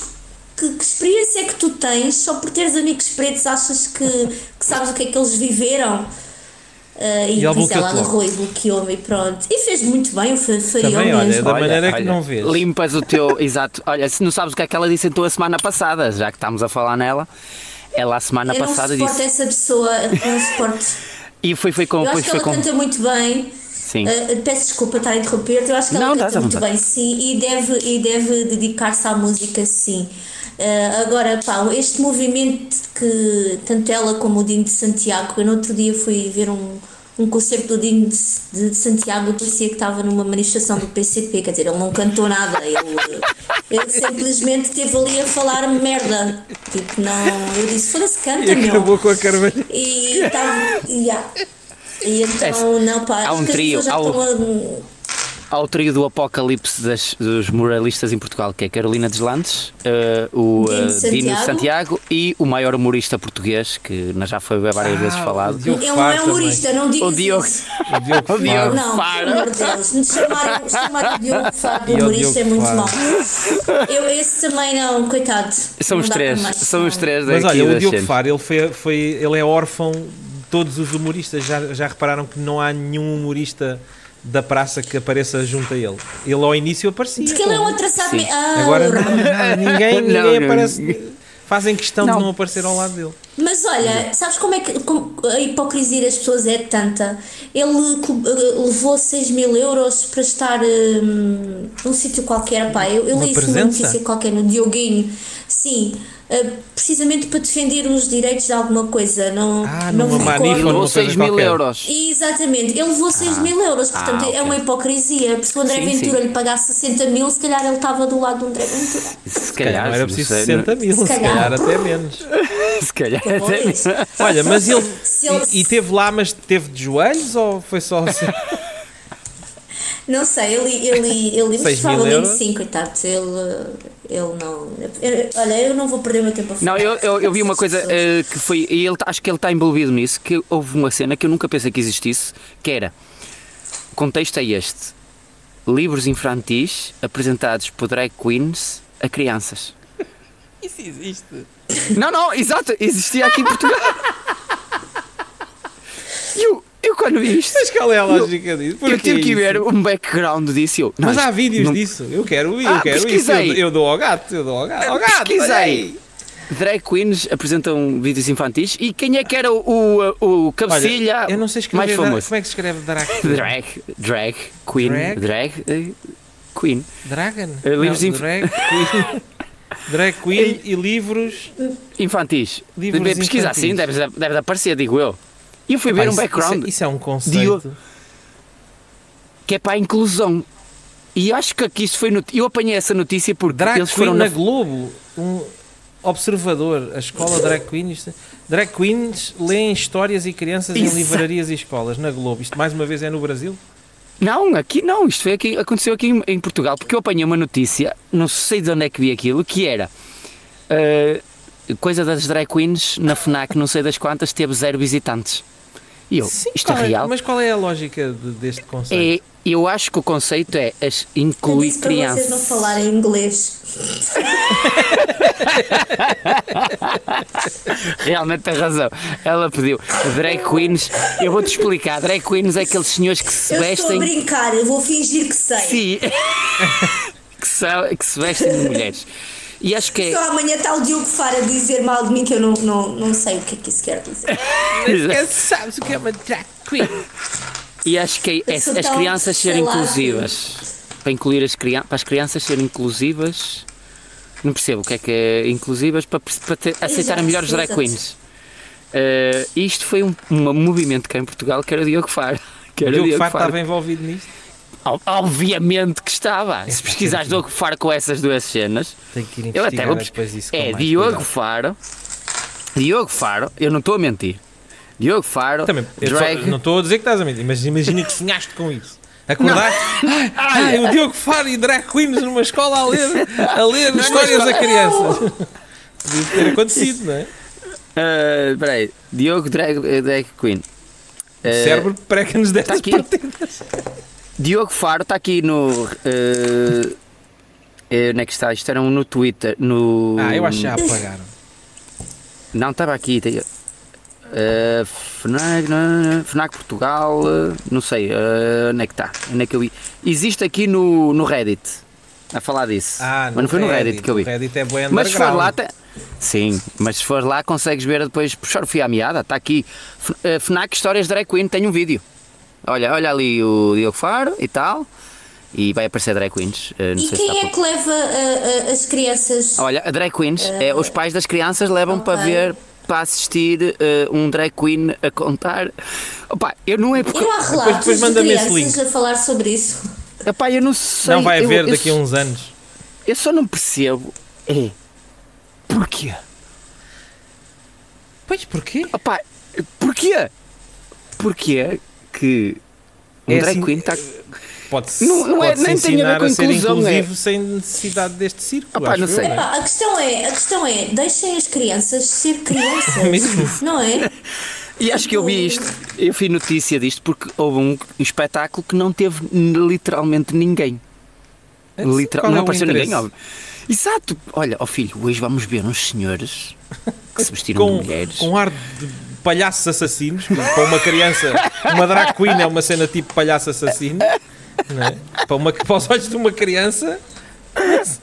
que, que experiência é que tu tens só por teres amigos pretos achas que, que sabes o que é que eles viveram? Ah, E e ela depois bloqueou-te ela logo. agarrou e bloqueou-me e pronto. E fez muito bem, o fariou Também, olha, mesmo. É da maneira que não vês. Limpas o teu. exato. Olha, se não sabes o que é que ela disse então a semana passada, já que estamos a falar nela, ela a semana Eu não passada suporto disse. essa pessoa, eu não suporto. E foi, foi com. Eu acho Depois que foi ela com. canta muito bem. Sim. Uh, peço desculpa estar a interromper-te, eu acho que ela Não, estás à canta muito vontade. bem, sim, e deve, e deve dedicar-se à música, sim. Uh, agora, pá, este movimento que tanto ela como o Dino de Santiago, eu no outro dia fui ver um, um concerto do Dino de, de- de Santiago e parecia que estava numa manifestação do PCP, quer dizer, ele não cantou nada, ele, ele simplesmente esteve ali a falar merda. Tipo, não, eu disse, foda-se, E canta, meu. acabou com a Carvalho. E tá, yeah. E então, não, pá, há acho um que as trio, pessoas já há um- estão a- Ao trio do apocalipse das- dos moralistas em Portugal, que é Carolina Deslandes, eh, o eh, Dino Santiago. Dino Santiago e o maior humorista português, que nós já foi várias Ah, vezes falado. o Diogo Ele não é Faro humorista, não digas O Diogo. isso. O Diogo O Diogo. Faro. Não, Faro. pelo amor de Deus, me chamarem- chamar o Diogo Faro de E o humorista é Diogo muito Faro. mau. Eu esse também não, coitado. São os Não dá três, para mais, são os não. três daqui Mas olha, da o Diogo cena. Faro, ele, foi, foi, ele é órfão de todos os humoristas. Já, já repararam que não há nenhum humorista da praça que apareça junto a ele. Ele ao início aparecia. Porque ele é um pô. atrasado. Sim. me- Ah, Agora Laura. não, não, ninguém, Não, ninguém não. aparece. Fazem questão Não. de não aparecer ao lado dele. Mas olha, sabes como é que como a hipocrisia das pessoas é tanta? Ele co- eh, levou 6 mil euros para estar hum, num sítio qualquer, pá. Eu, eu Uma li isso numa presença? notícia qualquer, no Dioguinho. Sim, eh, precisamente para defender os direitos de alguma coisa. Não, Ah, não numa me manifa, recordo. numa Levou coisa 6 mil qualquer. euros. Exatamente, ele levou 6 mil euros, portanto Ah, ok. é uma hipocrisia. Se o André Sim, Ventura sim. lhe pagasse 60 mil, se calhar ele estava do lado do André Ventura. Se Se calhar calhar, não era não preciso sei, 60 mil, se Se calhar. calhar até menos. não- se calhar até- Pois. Olha, mas ele. Se ele- assim? E, e teve lá, mas teve de joelhos ou foi só. Não sei, ele, ele, ele Seis mil provavelmente euros? sim, coitado. Ele, ele não. eu- olha, eu não vou perder o meu tempo a falar. Não, eu, eu, eu vi uma dessas coisa pessoas. eh, que foi. E ele, tá- acho que ele está envolvido nisso. Que houve uma cena que eu nunca pensei que existisse. Que era. O contexto é este: livros infantis apresentados por drag queens a crianças. Isso existe. Não, não, exato, existia aqui em Portugal. E eu, eu quando vi isto. Mas qual é a lógica disso? eu Porquê tive que isso? ver um background disso. e Eu, não, Mas isto há vídeos não- disso. Eu quero, eu Ah, quero isso. Eu, pesquisei. eu dou ao gato, eu dou ao gato. Ao gato olha aí. Pesquisei. Drag queens apresentam vídeos infantis e quem é que era o, o, o cabecilha Olha, eu não sei mais escrever. famoso? Como é que se escreve Drag? Drag, drag, queen, Drag? drag, eh, queen. Dragon? Eh, livros Não, inf- drag Queen. drag Queen e livros. Infantis. Livros Deve- Pesquisa infantis. assim, deve, deve aparecer, digo eu. E eu fui ver Pá, um isso- background Isso, isso é um conceito. que é para a inclusão. E acho que aqui isto foi. not- Eu apanhei essa notícia porque Drag eles Queen foram na na. Globo. Um observador. A escola Drag Queen. isto- Drag Queens leem histórias e crianças Exa- em livrarias e escolas. Na Globo. Isto mais uma vez é no Brasil? Não, aqui não. Isto foi aqui, aconteceu aqui em, em Portugal porque eu apanhei uma notícia, não sei de onde é que vi aquilo, que era. eh, coisa das drag queens na Fnac, não sei das quantas, teve zero visitantes. E eu, isto é qual real? Mas qual é a lógica de- deste conceito? É, eu acho que o conceito é as Eu incluir disse para vocês não crianças. falarem inglês. Realmente tem razão. Ela pediu drag queens. Eu vou-te explicar. Drag queens é aqueles senhores que se Eu estou a vestem. brincar, eu vou fingir que sei. Sim. que, são, que se vestem de mulheres. E acho que é. Só amanhã está o Diogo Fara a dizer mal de mim que eu não, não, não sei o que é que isso quer dizer. sabes o que é uma Drag Queen? E acho que é, é Isso um as tão, crianças sei serem lá, inclusivas. Para incluir as crianças. Para as crianças serem inclusivas. Não percebo o que é que é inclusivas para, perce- para ter- aceitarem melhor os drag exato. queens. Eh, isto foi um, um movimento cá em Portugal que era o Diogo Faro. Que era o Diogo Diogo Faro Faro. estava envolvido nisto? Ob- Obviamente que estava. Se pesquisares Diogo Faro com essas duas cenas, Tenho que ir eu até investigar vou. pes- depois isso com É mais Diogo cuidado. Faro. Diogo Faro, eu não estou a mentir. Diogo Faro, Também, eu só- drag. não estou a dizer que estás a mentir, mas imagina que sonhaste com isso. Acordaste? Ai, ai, o Diogo Faro e Drag Queens numa escola a ler, a ler histórias a crianças. Podia ter acontecido, não é? Ah, Espera aí, Diogo drag, eh, drag Queen. O Eh, cérebro prega-nos destas aqui. patentes. Diogo Faro está aqui no. eh, eh, onde é que está? Isto era um no Twitter. No, Ah, eu acho que já apagaram. Não, estava aqui. tem- eh, FNAC, não, não, não, FNAC Portugal, eh, não sei, eh, onde é que está? Onde é que eu vi? Existe aqui no, no Reddit, a falar disso. Ah, mas não foi no Reddit que eu vi. O Reddit é bem Mas se for underground. lá, tem- sim, mas se for lá consegues ver depois, puxar o fio à meada, está aqui. F- eh, FNAC Histórias Drag Queen, tem um vídeo. Olha, olha ali o Diogo Faro e tal, e vai aparecer Drag Queens. eh, não E sei se quem está é por- que leva ah, ah, as crianças? Olha, a drag queens, é, os pais das crianças levam para Eh, ok. ver, para assistir eh, um drag queen a contar. Opá, eu não é E porque. não há relatos depois de manda-me esse crianças a falar sobre isso. Opá, eu não sei. Não vai eu- haver eu, daqui a um- só- uns anos. Eu só não percebo. É. Porquê? Pois, porquê? Opá, porquê? Porquê que um É drag assim- queen está. Pode-se Não- não é- pode-se nem tem a ver ensinar com a ser inclusão, inclusivo sem necessidade deste circo. Ah, pá, acho não eu, sei. é? Ah, a questão é, a questão é, deixem as crianças ser crianças, Mesmo. não é? E acho que eu vi isto, eu vi notícia disto porque houve um espetáculo que não teve n- literalmente ninguém. Então, Literal, qual não é o apareceu interesse? ninguém, óbvio. Exato. Olha, ó filho, hoje vamos ver uns senhores que se vestiram com, um de mulheres. com ar de palhaços assassinos, que para uma criança, uma drag queen é uma cena tipo palhaço assassino, não é? para, uma, para os olhos de uma criança,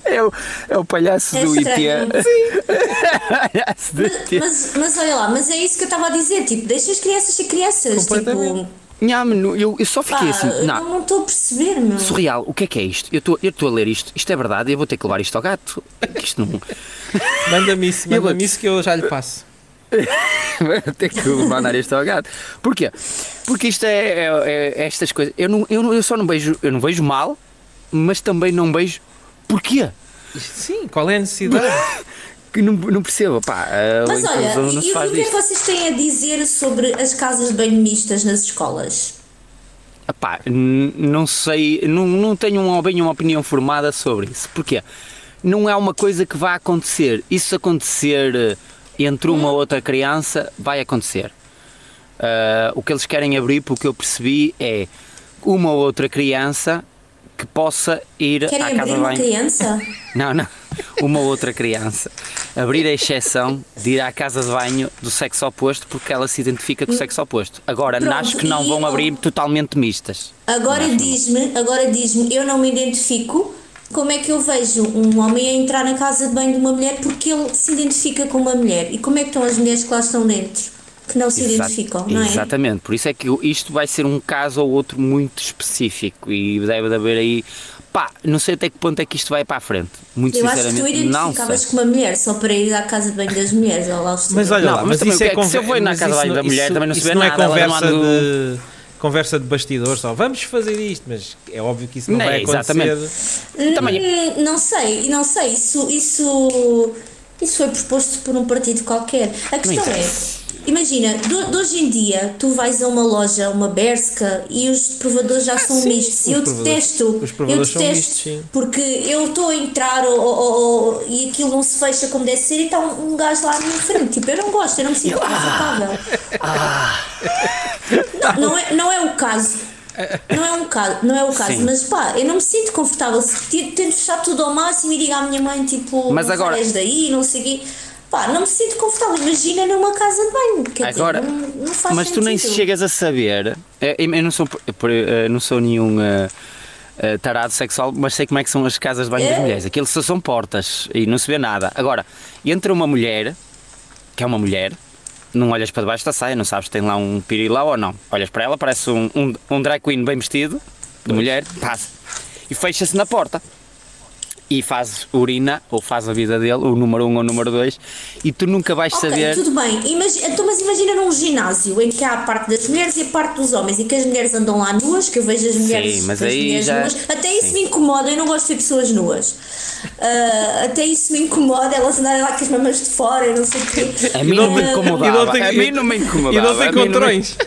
É, o, é o palhaço É do IP. estranho. palhaço do Mas, IP. mas, mas olha lá, mas é isso que eu estava a dizer, tipo, deixem as crianças ser crianças, Completamente. tipo, Não, mano, eu, eu só pá, fiquei assim. eu Não, não estou a perceber, meu. surreal, o que é que é isto? Eu estou- eu estou a ler isto, isto é verdade, eu vou ter que levar isto ao gato. Isto não. manda-me isso, Eu manda-me vou- isso que eu já lhe passo. Vou ter que mandar isto ao gato. Porquê? Porque isto é, é- é estas coisas. Eu, não, eu, não- eu só não vejo, eu não vejo mal, mas também não vejo porquê. Sim, qual é a necessidade? Que não, não percebo, pá. a Mas olha, inclusão e, não se e faz o que é que disto. vocês têm a dizer sobre as casas de banho mistas nas escolas? Epá, n- não sei, não, não tenho uma- bem uma opinião formada sobre isso. Porquê? Não é uma coisa que vá acontecer. Isso se acontecer eh, entre uma ou outra criança, vai acontecer. Ah, o que eles querem abrir, pelo que eu percebi, é uma ou outra criança que possa ir Querem à casa abrir de uma banho. criança? Não, não. Uma outra criança. Abrir a exceção de ir à casa de banho do sexo oposto porque ela se identifica com o sexo oposto. Agora, Hum. Pronto, acho que não e vão eu- abrir totalmente mistas. Agora é assim. diz-me, agora diz-me, eu não me identifico. Como é que eu vejo um homem a entrar na casa de banho de uma mulher porque ele se identifica com uma mulher? E como é que estão as mulheres que lá estão dentro? Que não se Exa- identificam, não é? Exatamente, por isso é que isto vai ser um caso ou outro muito específico e deve de haver aí. Pá, não sei até que ponto é que isto vai para a frente. Muito Eu acho que tu sinceramente, não sei. identificavas com uma mulher só para ir à casa de banho das mulheres. Ou lá, Mas olha Não, lá, mas mas, também isso o é que é que se eu conver- vou ir na mas casa isso da não- mulher, isso- também não se isso vê não nada, é ela não conversa anda- de conversa de bastidores, só vamos fazer isto, mas é óbvio que isso não Não, vai acontecer. exatamente. também- Hum, não sei, não sei. Isso, isso, isso foi proposto por um partido qualquer. A questão é, imagina, do- de hoje em dia tu vais a uma loja, uma Berska, e os provadores Ah, já são sim, mistos. os Eu provadores- detesto. os provadores eu são detesto mistos, sim. porque eu estou a entrar ou- ou- ou- e aquilo não se fecha como deve ser e está um, um gajo lá à minha frente. Tipo, eu não gosto, eu não me sinto Ah, confortável. Não, não é, não é o caso. Não é, um caso, não é o caso, Sim. mas pá, eu não me sinto confortável. Se ti- tento fechar tudo ao máximo e digo à minha mãe, tipo, Mas não agora- saias daí, não sei o quê. Pá, não me sinto confortável. Imagina numa casa de banho. Quer Agora, dizer, não, não faz mas tu nem sentido. chegas a saber. eh, Eu, eu não sou, por- eh, não sou nenhum eh, eh, tarado sexual, mas sei como é que são as casas de banho das É? mulheres. Aquilo só são portas e não se vê nada. Agora, entra uma mulher, que é uma mulher, não olhas para debaixo da saia, não sabes se tem lá um pirilau ou não. Olhas para ela, parece um, um, um drag queen bem vestido, de mulher, passa. E fecha-se na porta. E faz urina, ou faz a vida dele, o número um ou o número dois e tu nunca vais Ok, saber. tudo bem. Imagi- então, mas imagina num ginásio em que há a parte das mulheres e a parte dos homens e que as mulheres andam lá nuas, que eu vejo as mulheres, mas as aí mulheres já- nuas. Até isso sim. me incomoda, eu não gosto de ver pessoas nuas. Ah, até isso me incomoda, elas andarem lá com as mamas de fora, eu não sei o quê. A mim não me Ah, incomoda. E não tem- A mim não me incomodava, E não a tem mim não me- contrões.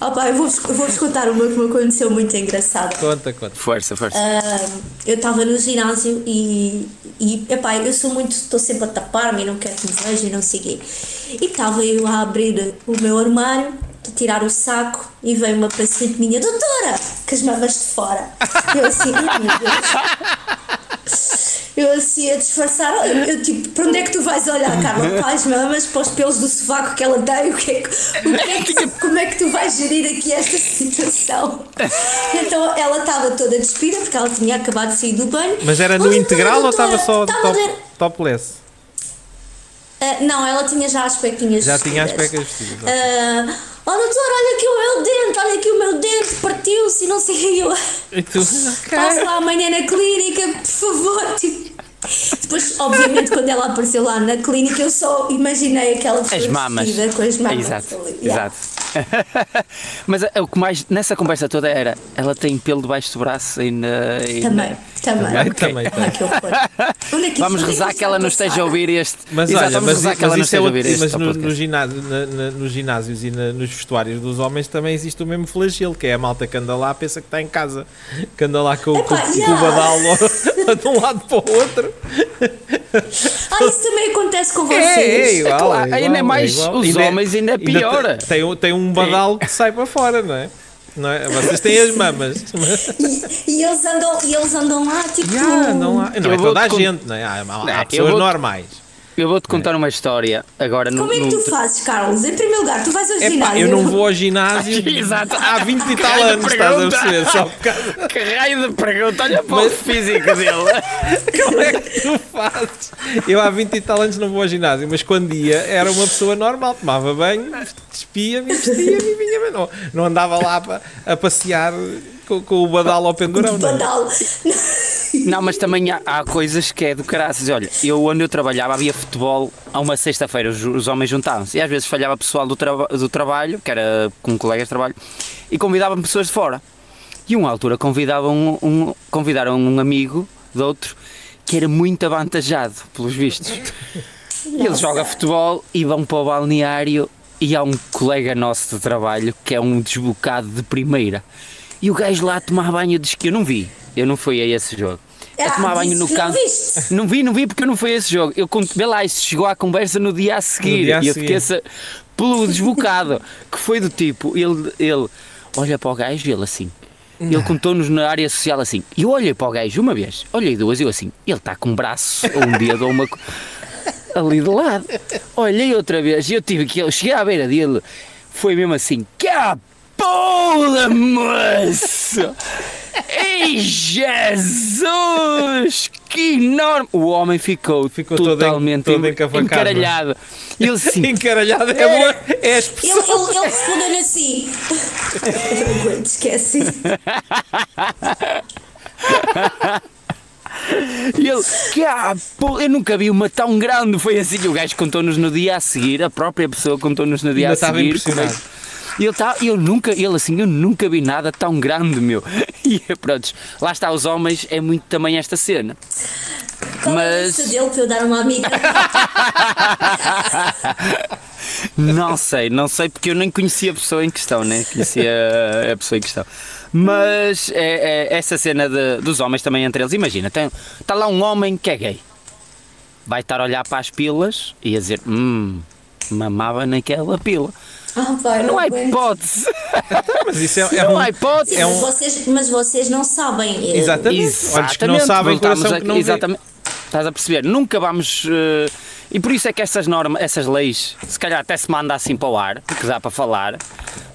Opa, eu vou-vos eu vou-vos contar uma que me aconteceu muito engraçada. Conta, conta. Força, força. Ah, eu estava no ginásio e, e epá, eu sou muito, estou sempre a tapar-me e não quero que me vejam e não sei o quê. E estava eu a abrir o meu armário, a tirar o saco e veio uma paciente minha, doutora, com as mamas de fora. Eu assim, ai meu Deus. Eu assim a disfarçar, eu, eu tipo, para onde é que tu vais olhar, Carla? Para as mamas, para os pelos do sovaco que ela tem, o que é que, o que é que tu- como é que tu vais gerir aqui esta situação? Então ela estava toda despida porque ela tinha acabado de sair do banho. Mas era no Mas, integral ou doutora, estava só estava top, a ver- topless? Ah, não, ela tinha já as cuequinhas Já tinha as vestidas. cuecas vestidas. ok. Ah, oh doutora, olha aqui o meu dente, olha aqui o meu dente, partiu-se e não sei o que. Eu, E tu? Então, Passe lá amanhã na clínica, por favor. Tipo, Depois, obviamente, quando ela apareceu lá na clínica, eu só imaginei aquela pessoa as mamas. vestida com as mamas. Exato, ali. Yeah. exato. Mas é, o que mais nessa conversa toda era ela tem pelo debaixo do braço e na. e na- Também, também. Também, também, Ah, que horror. Onde é que Vamos isto- onde é que rezar isto que ela não está esteja a ouvir este. Mas Exato, olha, vamos mas, rezar i- que ela mas não isso é esteja a ouvir outro, este. mas no, podcast. no ginásio- na- na- nos ginásios e na- nos vestuários dos homens também existe o mesmo flagelo, que é a malta que anda lá pensa que está em casa, que anda lá com, Epá, com- yeah. com o badal de um lado para o outro. Ah, isso também acontece com É, vocês. é igual, claro, ainda é mais os Ainda- homens ainda é te- piora. Tem, um- tem um badal que sai para fora, não é? Não é? Vocês têm as mamas. E, e eles andam, e eles andam lá, tipo. Yeah, não, há, não Eu é vou toda a te con- gente, não é? Há, há- há Não, eu pessoas vou te- normais. Eu vou-te É. contar uma história agora no. Como é que no- tu fazes, Carlos? Em primeiro lugar, tu vais ao Epá, ginásio. É eu não vou ao ginásio Exato. há 20 e tal Caralho, anos, estás a pergunta. perceber? Só por causa Que raio de pergunta, olha para o físico dele. como é que tu fazes? Eu há 20 e tal anos não vou ao ginásio, mas quando ia era uma pessoa normal, tomava banho, despia-me, vestia-me e vinha, mas não, não andava lá pa- a passear com, com o badal ao pendurão, não é? Badal. Não, mas também há, há coisas que é do caraças. Olha, eu onde eu trabalhava havia futebol a uma sexta-feira, os, os homens juntavam-se. E às vezes falhava pessoal do, traba- do trabalho, que era com colegas de trabalho, e convidavam pessoas de fora. E uma altura convidavam um, um- convidaram um amigo de outro que era muito avantajado, pelos vistos. E ele joga futebol e vão para o balneário. e há um colega nosso de trabalho que é um desbocado de primeira. E o gajo lá a tomar banho diz que eu não vi, eu não fui a esse jogo. A Ah, tomar banho disse no que não canto. viste. Não vi, não vi porque eu não fui a esse jogo. Eu conto, vê lá, isso chegou à conversa no dia a seguir. dia a e eu seguir. fiquei sa- pelo desbocado, que foi do tipo, ele, ele olha para o gajo e ele assim. Hum. Ele contou-nos na área social assim. E eu olhei para o gajo uma vez, olhei duas, eu assim, ele está com um braço ou um dedo ou uma. co- ali de lado. Olhei outra vez e eu tive que. Eu cheguei à beira dele, foi mesmo assim: que a porra, moço! Ei, Jesus! Que enorme! O homem ficou, Ficou todo en- totalmente todo encaralhado. encavacado. encaralhado. E ele assim, sim, Encaralhada é boa, é a Ele, expressão. ele, ele respondeu assim. Não aguento, esquece. e ele, que a porra, eu nunca vi uma tão grande. Foi assim que o gajo contou-nos no dia a seguir, a própria pessoa contou-nos no dia Ainda a estava seguir. como é que- impressionado. E ele, tá, eu nunca, ele assim, eu nunca vi nada tão grande, meu. E pronto, lá está, os homens é muito também esta cena. Qual é a Mas- lista dele para eu dar uma amiga? Não sei, não sei, porque eu nem conhecia a pessoa em questão, nem conhecia a pessoa em questão. Mas é, é essa cena de- dos homens também entre eles, imagina, tem, está lá um homem que é gay, vai estar a olhar para as pilas e a dizer, hum, mamava naquela pila. Ah, pá, Não é há aguento. hipótese, Mas isso é, é não um. há hipótese. É um- Vocês- mas vocês não sabem. eh, Exatamente. Olhos que não sabem, voltámos coração que não vê. Exatamente. Estás a perceber? Nunca vamos. eh, e por isso é que essas normas, essas leis, se calhar até se manda assim para o ar, que dá para falar,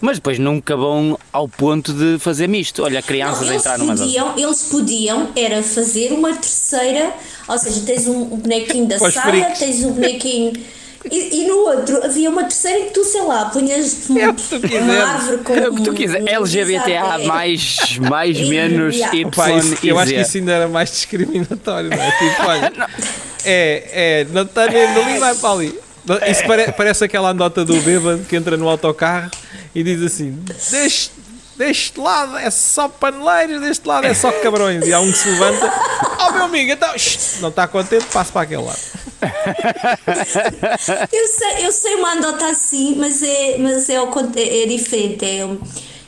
mas depois nunca vão ao ponto de fazer misto. Olha, Não, crianças a eles, entrar numa zona. podiam, eles podiam era fazer uma terceira, ou seja, tens um um bonequinho da Para os Sara, freaks. tens um bonequinho. E, e no outro havia uma terceira em que tu, sei lá, punhas É o que tu quiseres. uma árvore com. É o que tu quiser. um- LGBTA, Exato, é. mais, mais menos, Yeah. Y Opa, isso- eu acho que e isso Z. ainda era mais discriminatório, não é? Tipo, olha, é, é, não está nem dali, vai para ali. Não, Isso pare- parece aquela andota do bêbado que entra no autocarro e diz assim: deste, deste lado é só paneleiros, deste lado é só cabrões. E há um que se levanta: Oh meu amigo, então, shh, não está contente, passa para aquele lado. Eu sei, eu sei uma andota assim, mas é, mas é, ao cont- é, é diferente. É, um-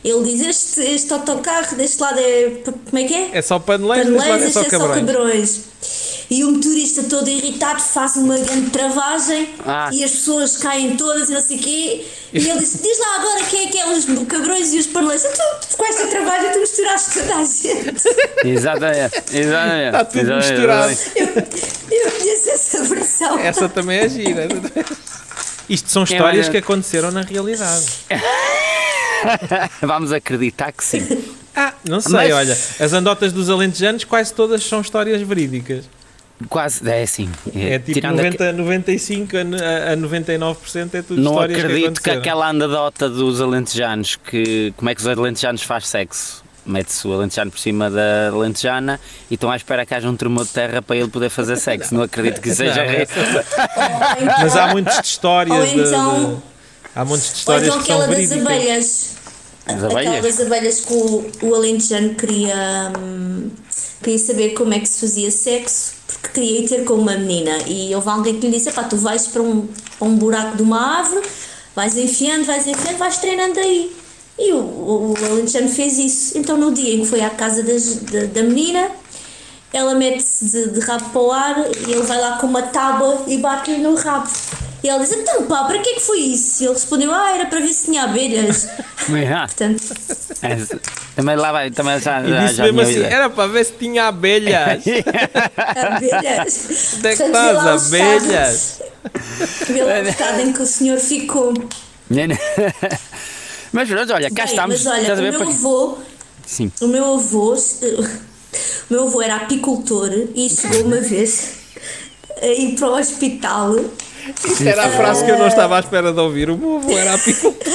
ele diz: este, este autocarro deste lado é. p- Como é que é? É só paneleiros, deste lado é Paneleiras, só é só cabrões. cabrões. E o motorista todo irritado faz uma grande travagem Ah. e as pessoas caem todas e não sei o quê. E ele diz, diz lá agora quem é que é os cabrões e os paneleiros. Tu, tu, com esta travagem tu misturaste toda a gente. Exatamente. Exatamente. Está tudo exatamente, misturado. exatamente. Eu, eu conheço essa versão. Essa também é gira. essa também é- Isto são histórias olha- que aconteceram na realidade. Vamos acreditar que sim. Ah, não sei, Mas- olha, as andotas dos alentejanos quase todas são histórias verídicas. Quase, é assim. É tipo tirando a- 90, 95 a, n- a- a 99% é tudo Não histórias acredito que, que, aconteceram. aquela andadota dos alentejanos que como é que os alentejanos faz sexo? Mete-se o alentejano por cima da alentejana e estão à espera que haja um tremor de terra para ele poder fazer sexo. Não acredito que seja Não, isso. Ou então- Mas há muitos de Ou histórias. de- então- de- há muitos de Ou histórias então que são aquela das verídicas. abelhas. Das Aquela abelhas? das abelhas que o, o Alentejano queria, hum, queria saber como é que se fazia sexo, porque queria ir ter com uma menina. E houve alguém que lhe disse: "Epá, tu vais para um, para um buraco de uma árvore, vais enfiando, vais enfiando, vais treinando aí. E o, o, o Alentejano fez isso. Então, no dia em que foi à casa das- da, da menina, ela mete-se de, de rabo para o ar e ele vai lá com uma tábua e bate-lhe no rabo. E ela diz: Então, pá, para que é que foi isso? E ele respondeu: Ah, era para ver se tinha abelhas. Ah, Portanto, é- também lá vai, também já, E já, Ah, disse já mesmo tinha assim: ouvido. era para ver se tinha abelhas. abelhas. Onde é que Portanto, vê estás, lá o estado- abelhas? Vê lá o estado em que o senhor ficou. Mas pronto, olha, cá Bem, estamos. Mas olha, estás a o ver meu para- avô, Sim. o meu avô, o meu avô era apicultor e chegou uma vez a ir para o hospital. Isso era a frase que eu não estava à espera de ouvir. O meu avô era apicultor.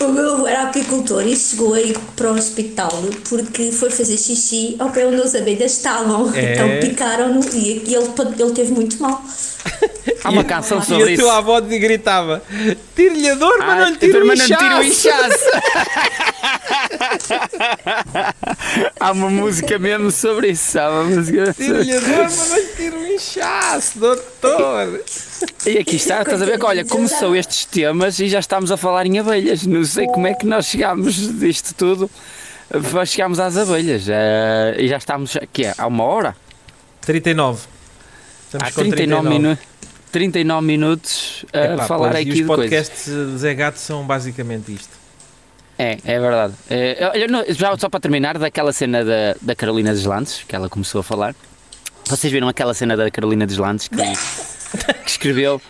O meu avô era apicultor e chegou a ir para o hospital porque foi fazer xixi ao pé onde as abelhas estavam. É. Então picaram-no e e ele, ele teve muito mal. Há uma canção E sobre a isso. Ah, tua avó te gritava: tiro-lhe Ah, a dor, mas não lhe tiro o mas não tiro o inchaço. inchaço. Há uma música mesmo sobre isso. Há uma música. Tiro-lhe sobre- a dor, mas vai ter um inchaço, doutor. E aqui está, estás a ver que olha, começou estes temas e já estamos a falar em abelhas. Não sei como é que nós chegámos disto tudo. mas Chegámos às abelhas. eh, e já estamos aqui há uma hora. 39. Estamos Há 39 minutos. 39 minutos a Epá, falar pois, e aqui de os coisas. podcasts de Zé Gato são basicamente isto. É, é verdade. Eh, olha, não, já só para terminar, daquela cena da, da Carolina Deslandes, que ela começou a falar. Vocês viram aquela cena da Carolina Deslandes que, que escreveu.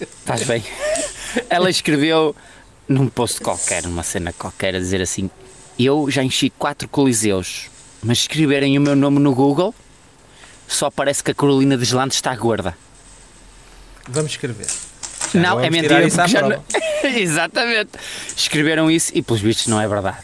Estás bem? Ela escreveu num post qualquer, numa cena qualquer, a dizer assim: Eu já enchi quatro coliseus, mas escreverem o meu nome no Google, só parece que a Carolina Deslandes está gorda. Vamos escrever. Já Não, vamos é tirar mentira. isso à porque já prova. não- Exatamente. Escreveram isso e, pelos vistos, não é verdade.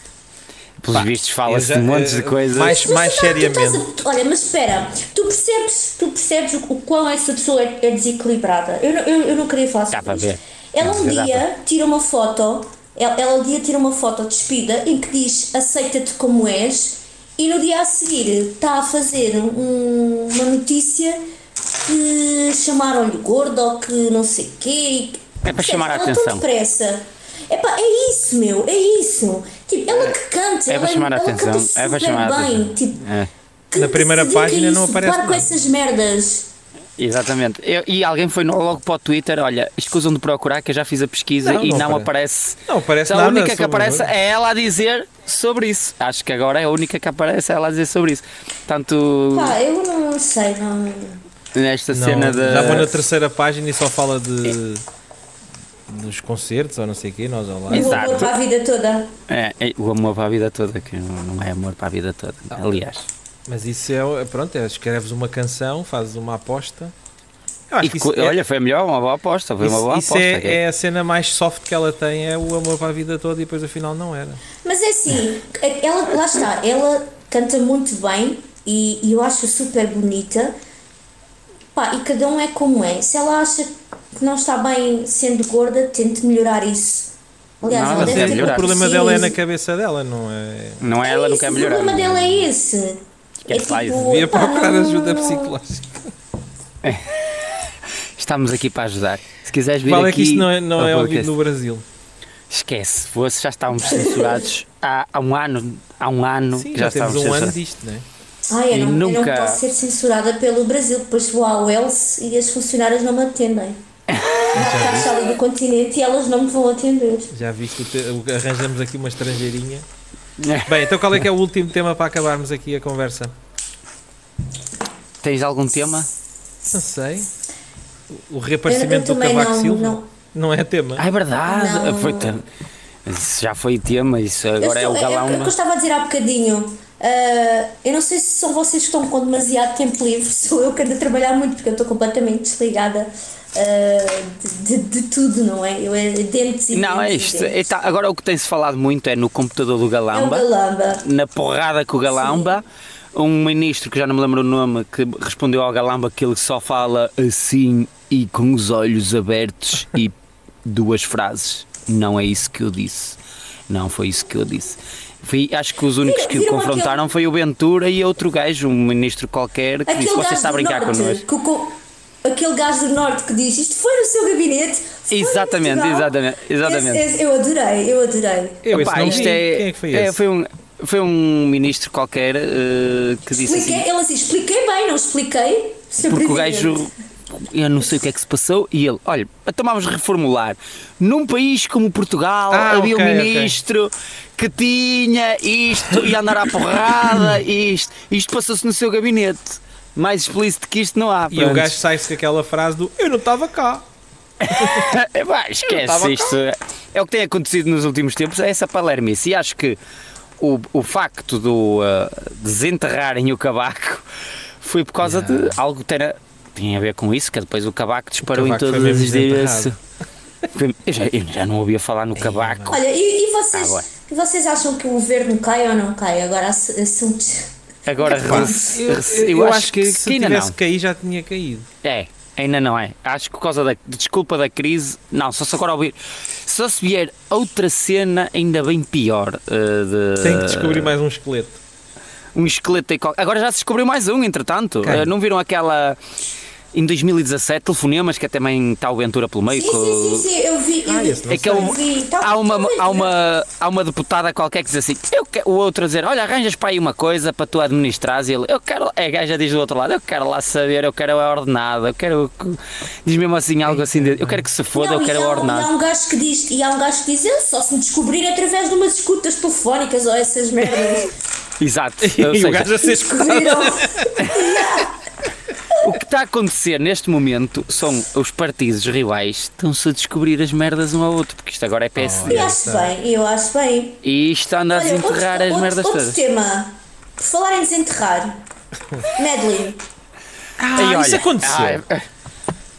Pelos vistos, fala-se Eu de já- montes de eh, coisas. Mais, Mas mais tu tá- tu estás seriamente. a- olha, mas espera, tu percebes, tu percebes o, o quão essa pessoa é, é desequilibrada. Eu, não- eu, eu não queria falar Dá sobre para isto. ver. Ela um Dá para- dia tira uma foto, ela, ela um dia tira uma foto despida em que diz aceita-te como és e no dia a seguir está a fazer um- uma notícia que chamaram-lhe gordo ou que não sei quê. e- É para chamar a ela tão atenção. depressa. Epá, é isso, meu, é isso. Tipo, ela que canta, É para ela, chamar a ela atenção. canta super É para chamar a bem. atenção. Tipo, É, que- Na que primeira se dedica a página não isso, aparece Para com nada. essas merdas. exatamente. Eu- e alguém foi no- logo para o Twitter: olha, escusam de procurar que eu já fiz a pesquisa Não, e não não aparece. Então, Não aparece a nada única que sobre aparece nada. é ela a dizer sobre isso. Acho que agora é a única que aparece é ela a dizer sobre isso. Tanto Pá, eu não sei, não. nesta Não, cena da. Já vou na terceira página e só fala de. dos concertos ou não sei o quê, nós ao lado. Eu vou Exato. pôr para a vida toda. É, é, o amor para a vida toda, que não não é amor para a vida toda. Aliás. Mas isso é. Pronto, é, escreves uma canção, fazes uma aposta. Eu acho E que co- isso é- olha, foi a melhor, uma boa aposta. Foi uma isso- boa isso aposta. é, que- é a cena mais soft que ela tem, é o amor para a vida toda e depois afinal não era. Mas é assim, ela, lá está, ela canta muito bem e, e eu acho super bonita. Pá, e cada um é como é. Se ela acha que não está bem sendo gorda, tente melhorar isso. Aliás, Não, ela mas deve é ter melhorar. o problema sim, dela é na isso. cabeça dela, não é? Não é, ela não isso, quer melhorar. O problema dela é esse. É tipo, Quer falar isso? Devia pá, procurar não- ajuda psicológica. Estamos aqui para ajudar. Se quiseres vir Vale é aqui. que isto não é, não ao é podcast- ouvido no Brasil. Esquece, se fosse, já estávamos censurados há, há um ano. Há um ano Sim, que já, já temos estávamos um ano censurados. disto, não é? Ai, eu E não, eu não nunca- posso ser censurada pelo Brasil, depois vou à Wells e as funcionárias não me atendem. Está a sala do continente e elas não me vão atender. Já viste, o te- o- arranjamos aqui uma estrangeirinha. Bem, então qual é que é o último tema para acabarmos aqui a conversa? Tens algum tema? Não sei. O o reaparecimento Eu- do eu também Cavaco não- Silva não. é tema. Ah, é verdade. Não. Foi tam- Isso já foi tema, isso Eu agora é sou- o galão. é o que eu estava a dizer há bocadinho. Ah, eu não sei se são vocês que estão com demasiado tempo livre, sou eu que ando a trabalhar muito porque eu estou completamente desligada ah, de, de- de tudo, não é? Eu é dentes e Não, é dentes e isto. dentes. é tá- agora o que tem-se falado muito é no computador do É o Galamba. galamba. na porrada com o Galamba. Um ministro que já não me lembro o nome que respondeu ao Galamba que ele só fala assim e com os olhos abertos e duas frases. Não é isso que eu disse. Não foi isso que eu disse. Fui- acho que os únicos que o viram confrontaram foi o Ventura e outro gajo, um ministro qualquer, que disse: Aquele Você gajo está a do brincar norte, connosco. que o co- aquele gajo do norte que diz isto foi no seu gabinete. foi em Exatamente, Portugal." exatamente, exatamente. Esse- esse- eu adorei, eu adorei. Eu esse Epá, não isto vi. é, Quem é que foi é, esse? um, foi um ministro qualquer eh, que disse assim, Expliquei, ele assim, expliquei bem, não expliquei. Seu Porque o presidente. gajo. Eu não sei o que é que se passou e ele, olha, então vamos reformular. Num país como Portugal Ah, havia ok, um ok. ministro que tinha isto e andar à porrada, isto. Isto passou-se no seu gabinete. Mais explícito que isto não há. E o gajo sai-se com aquela frase do Eu não estava cá. Epá, esquece isto. É o que tem acontecido nos últimos tempos, é essa palermice. E acho que o, o facto do ah, desenterrarem o cabaco foi por causa de algo que tera- tinha a ver com isso, que depois o cabaco disparou Cavaco em foi todas mesmo as direções. desenterrado. Eu já, eu já não ouvia falar no cabaco. Olha, e, e vocês, Ah, ué. e vocês acham que o governo cai ou não cai? Agora ass- assuntos. Agora, rece- rece- eu, acho que, se que ainda tivesse não. caído já tinha caído. É, Ainda não é. Acho que por causa da desculpa da crise. Não, só se agora ouvir. Só se vier outra cena ainda bem pior. eh, de, Tem que descobrir mais um esqueleto. um esqueleto e qual... Agora já se descobriu mais um, entretanto. Quem? Eh, não viram aquela. Em 2017, telefonemas, que até também está o Ventura pelo meio. Sim, com- sim, sim, sim, eu vi. Eu Ah, vi, esse não É que é eu um- vi. Tá- há uma, talvez há, não. uma, há uma deputada qualquer que diz assim, eu que- o outro a dizer, olha, arranjas para aí uma coisa para tu administrares e ele, eu quero, é, a gaja diz do outro lado, eu quero lá saber, eu quero a ordenada, eu quero, que-" diz mesmo assim algo assim, de, eu quero que se foda, Não, eu quero e a há, e há ordenada. um gajo que diz, e há um gajo que diz, "Eu só se me descobrir através de umas escutas telefónicas ou essas merdas. Exato. E Ou o seja, gajo a ser escutado. Descobriram. o que está a acontecer neste momento são os partidos rivais estão-se a descobrir as merdas um ao outro, porque isto agora é PSD. eu acho bem, eu acho bem. E isto anda a Olha, outro, desenterrar as outro- merdas outro todas. tema. Por falar em desenterrar. Madeline, Ah, E isso olha, é aconteceu. ai,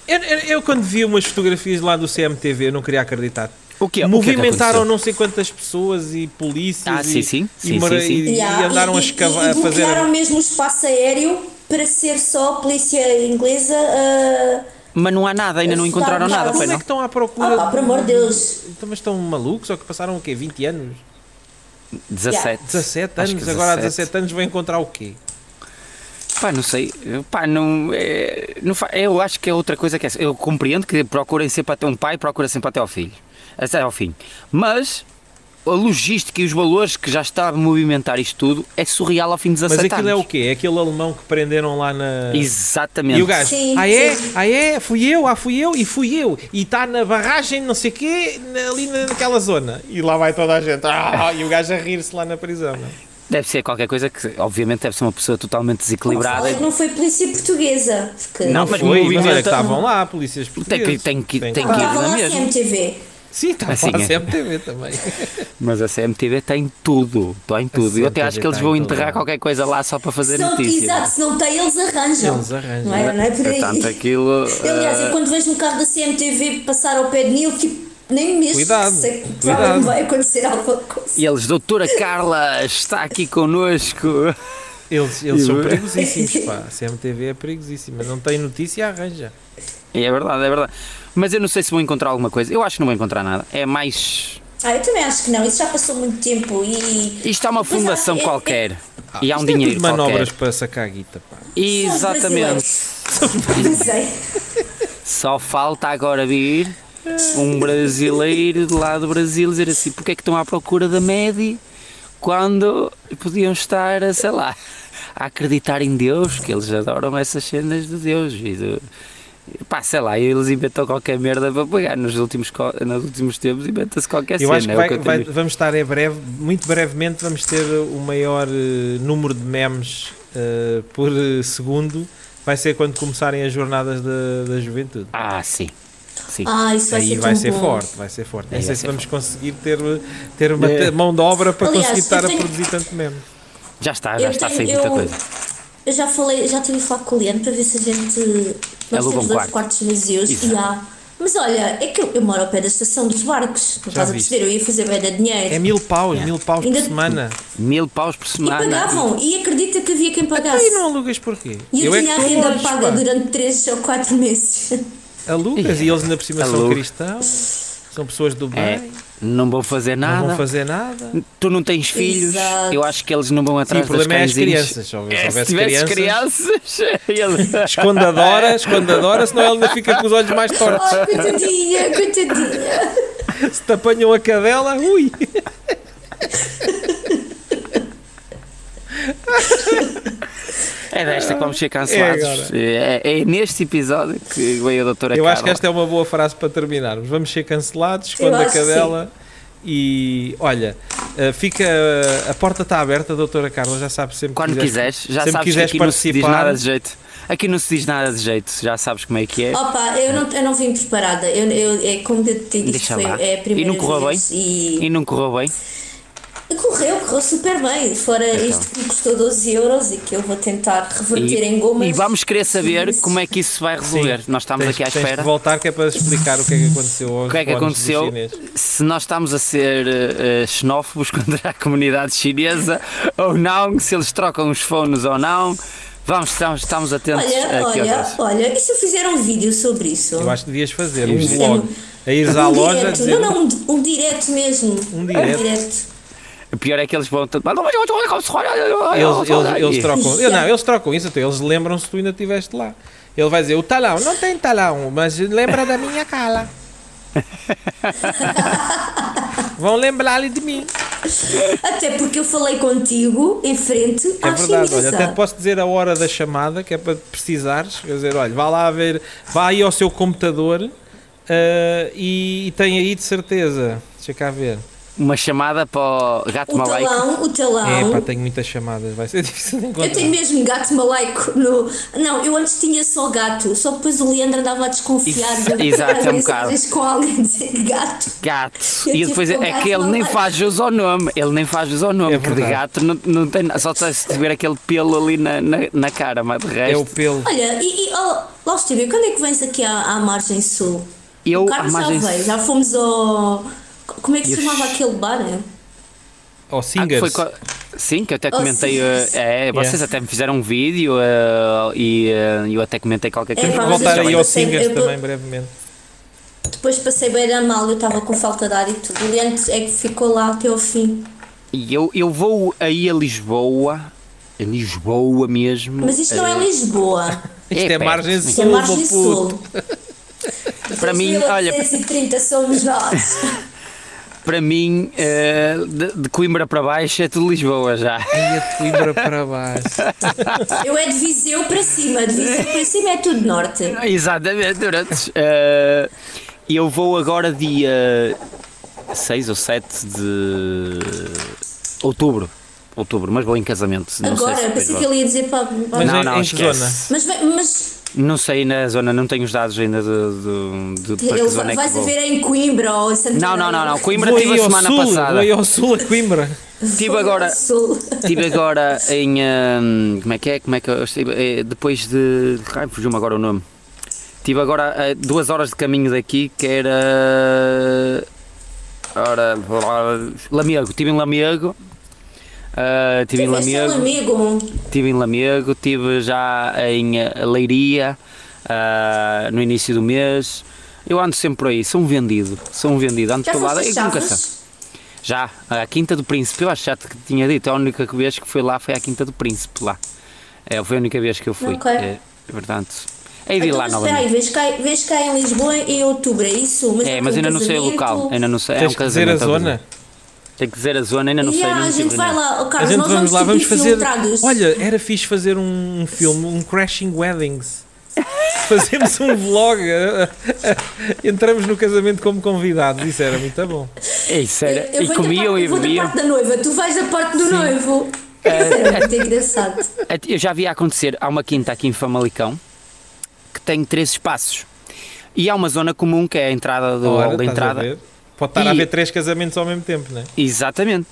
Eu, eu- eu quando vi umas fotografias lá do CMTV, eu não queria acreditar. O que é- o que é que Movimentaram aconteceu? não sei quantas pessoas e polícias Ah, e, sim, sim, e sim, mara- sim, sim. e- e yeah, andaram a, e- escavar, e a fazer. bloquearam mesmo o espaço aéreo para ser só a polícia inglesa ah, a. mas não há nada, ainda não Está- encontraram nada, não, foi Como é não? que estão à procura? Ah, pá, por amor de Deus. Então, mas estão malucos ou que passaram o quê? 20 anos? 17. 17 Acho anos? que Agora há 17 anos vão encontrar o quê? Pá, não sei. Pá, não, é, não fa- Eu acho que é outra coisa que é. essa. Eu compreendo que procurem sempre até um pai, procura sempre até ao filho. Até ao fim. Mas a logística e os valores que já está a movimentar isto tudo é surreal ao fim de 17 Mas aquilo é anos. o quê? É aquele alemão que prenderam lá na. Exatamente. É. E o gajo, Sim, ah é? sim. Ah é? Fui eu, ah fui eu e fui eu. E está na barragem, não sei o quê, na- ali na- naquela zona. E lá vai toda a gente. Ah, e o gajo a rir-se lá na prisão. não é? Deve ser qualquer coisa que, obviamente, deve ser uma pessoa totalmente Não desequilibrada. fala que não foi polícia portuguesa. Porque Não, Mas Mas foi, mas movimenta- olha que tá- estavam lá, polícias portuguesas. que- tem que- tem que- estava lá mesmo. CMTV. Sim, tá, estava Assim, lá é. CMTV também. Mas a CMTV tem tudo. Tem tudo. Eu até CMTV acho que eles tem vão tudo. é. enterrar qualquer coisa lá só para fazer Se não, notícia. exato, se não tem, eles arranjam. Eles arranjam. Não é, não é por aí. Portanto, aquilo. Aliás, Ah. eu eh, quando vejo um carro da CMTV passar ao pé de mim, eu tipo, nem mesmo Cuidado, sei que cuidado. provavelmente vai acontecer alguma coisa. E eles, doutora Carla, está aqui connosco. Eles, eles são E- perigosíssimos, pá. A CMTV é perigosíssima. Não tem notícia, arranja. E é verdade, é verdade. Mas eu não sei se vou encontrar alguma coisa. Eu acho que não vou encontrar nada. É mais. Ah, eu também acho que não, isso já passou muito tempo e. Isto é uma Pois há- fundação é- é- qualquer. e há um Isto é tudo dinheiro manobras qualquer. para sacar a guita, pá. São os Exatamente. brasileiros. é. Não sei. Só falta agora vir um brasileiro de lá do Brasil dizer assim: porque é que estão à procura da Medi quando podiam estar, sei lá, a acreditar em Deus, que eles adoram essas cenas de Deus e do. Pá, sei lá, eles inventam qualquer merda para pagar. Nos últimos, co- nos últimos tempos inventa-se qualquer Eu cena. acho que, é o vai- que eu vai- tenho visto. vamos estar é breve, muito brevemente vamos ter o maior eh, número de memes eh, por eh, segundo. Vai ser quando começarem as jornadas da, da juventude. Ah, sim. Sim. Ah, isso vai Aí ser vai tão ser bom. forte, vai ser forte. Não Aí sei vai se ser É. vamos conseguir ter, eh, ter uma te- mão de obra para Aliás, conseguir eu estar a tenho- produzir tanto meme. Já está, Ah, já está a sair muita eu- coisa. Eu já falei, já tive a falar com o Leandro para ver se a gente. Nós Aluga um temos dois quarto. quartos vazios Isso. e há. Mas olha, é que eu, eu moro ao pé da estação dos barcos, não estás a viste. perceber? Eu ia fazer bem de dinheiro. É mil paus, mil paus por Ainda- semana. Mil paus por E Ah, semana. pagavam, e acredita que havia quem pagasse. Aí Então, não alugas porquê? é E é eu, tinha a estou renda longe, paga pá. durante 3 ou 4 meses. Alugas e eles ainda por cima são Aluga. cristãos, são pessoas do bem, É, não vão fazer nada. não vão fazer nada. Tu não tens filhos, Exato. eu acho que eles não vão Sim, atrás o das problema é as cãezinhas. crianças. Se houvesse É, se houvesse tivesse crianças, crianças, eles... Esconde a Dora, É, esconde a Dora, senão ela ainda fica com os olhos mais tortos. Ai, coitadinha, coitadinha. Se te apanham a cadela, ui! É desta que vamos ser cancelados. É, é neste episódio que veio a doutora Eu acho que Carla. esta é uma boa frase para terminarmos. Vamos ser cancelados, esconde a acho que cadela e. Olha, eh, fica. A porta está aberta, doutora Carla, já sabe sempre Quando que quiseres, já sempre sabes quiseres que aqui não se diz participar. nada de jeito. Aqui não se diz nada de jeito, já sabes como é que é. Opa, eu não, eu não vim preparada. Eu, eu, é como eu te disse, Deixa foi lá. é a primeira E não correu vez E... E não correu bem. e correu, correu super bem. Fora isto que me custou 12 euros e que eu vou tentar reverter em gomas. Então. e vamos querer saber Isso. como é que isso se vai Sim, resolver. Nós estamos tens- aqui à tens de espera. voltar que é para explicar o que é que aconteceu hoje. O que é que aconteceu? Se nós estamos a ser eh, eh, xenófobos contra a comunidade chinesa ou não, se eles trocam os fones ou não. Vamos, estamos, estamos atentos Olha, aqui olha, aos outros. olha, e se eu fizer um vídeo sobre isso? Eu acho que devias fazer Eu um fiz. vlog. A ires à um loja direto, dizer. não, não, um, di- um direto mesmo. Um direto. O pior é que eles vão. todo- Mas não, mas eu- eu- eu- Ah, eu- eu- Eles, eles, eles E- trocam. Eu, não, eles trocam isso, então, eles lembram se tu ainda estiveste lá. Ele vai dizer, o talão, não tem talão, mas lembra da minha cala. Vão lembrar-lhe de mim. Até porque eu falei contigo em frente É à verdade, olha, chinesa. até te posso dizer a hora da chamada, que é para precisares. Quer dizer, olha, vá lá ver, vá aí ao seu computador eh, e, e tem aí de certeza. Deixa cá ver. Uma chamada para o gato O malaico. talão, o talão. É, pá, tenho muitas chamadas, vai ser difícil de Ah. eu tenho encontrar. mesmo gato malaico no. Não, eu antes tinha só gato, só depois o Leandro andava a desconfiar Isso- de eu exato, mandar é um mensagens com alguém dizer gato. Gato. Eu E tive depois com é gato que ele nem malaico. faz jus ao nome. Ele nem faz jus ao nome. É que de verdade. gato não, não tem. Só se tiver aquele pelo ali na, na, na cara, mas de É o resto. pelo. Olha, e, e oh, Laustívio, quando é que vens aqui à, à margem sul? Eu, o à Carlos margem já veio, já fomos ao. Como é que se Eu- chamava aquele bar? é? Ou Ah, que singers. foi co- Sim, que eu até Oh, comentei. sim. eh, é, vocês Yeah. até me fizeram um vídeo eh, e eh, eu até comentei qualquer coisa. mas pá, mas eu Voltar já aí eu lembro. ao não sei, singers eu vou- também, brevemente. Depois passei bem a mal, eu estava com falta de ar e tudo. O Leandro é que ficou lá até ao fim. E eu, eu vou aí a Lisboa. A Lisboa mesmo. Eh, Mas isto não é Lisboa, Isto é, perto. margem isto é sul, margem meu puto. sul. Para mim, é- olha- 230 somos nós. Para mim, eh, de, de Coimbra para baixo é tudo Lisboa já. Aí a Coimbra para baixo. Eu é de Viseu para cima, de Viseu para cima é tudo norte. Exatamente, durante. eh, eu vou agora dia 6 ou 7 de outubro. Outubro, mas vou em casamento. Não sei Agora, se é pensei depois que vou. ele ia dizer para. para- Mas Não, em- não, em que esquece. zona? Mas, vai- mas Não sei na zona, não tenho os dados ainda de, de, de para que ele zona vai, é que vais a vou. ver em Coimbra ou em Santarém. Não, não, não, não. Coimbra Vou tive a aí ao semana sul, passada. É um Vou aí ao sul a Coimbra. Estive agora, Sul. estive agora em. hum, como é que é? Como é que eu estive? Eh, depois de. Ai, fugiu-me agora o nome. Estive agora a duas horas de caminho daqui, que era. Ora. Lamego. Estive em Lamego. Ah, Estive em Tiveste um Lamego. amigo. Estive em Lamego. Estive já em eh, Leiria. ah, no início do mês. Eu ando sempre por aí. Sou um vendido. Sou um vendido. Ando Já por lado. foste e a nunca sei. Chaves? Já, a Quinta do Príncipe, eu acho já que tinha dito, a única vez que fui lá foi à Quinta do Príncipe lá. É, foi a única vez que eu fui. Ok. É, portanto, hei de ir Então, lá mas espera aí, novamente. vês cá, vês cá em Lisboa em outubro, é isso? Mas É, vai mas para um ainda não sei o casamento. local, ainda não sei. É um Tens que dizer a casamento, talvez. zona. Tem que dizer a zona, ainda não sei. tipo é. Yeah, não ah, a tive gente vai nenhum. lá, oh, A Carlos, gente nós então vamos lá, tipo vamos fazer. infiltrados. Olha, era fixe fazer um filme, um Crashing Weddings. Fazemos um vlog. eh, eh, Entramos no casamento como convidados. Isso era muito bom. Ei, sério, eu e vou da comiam parte- e É. eu vou da bebiam. parte da noiva, tu vais da parte do noivo. Isso era muito engraçado. Eu já vi acontecer, há uma quinta aqui em Famalicão que tem três espaços. E há uma zona comum que é a entrada do Ora, hall da estás a entrada. ver? Pode estar a E- haver três casamentos ao mesmo tempo, não é? Exatamente.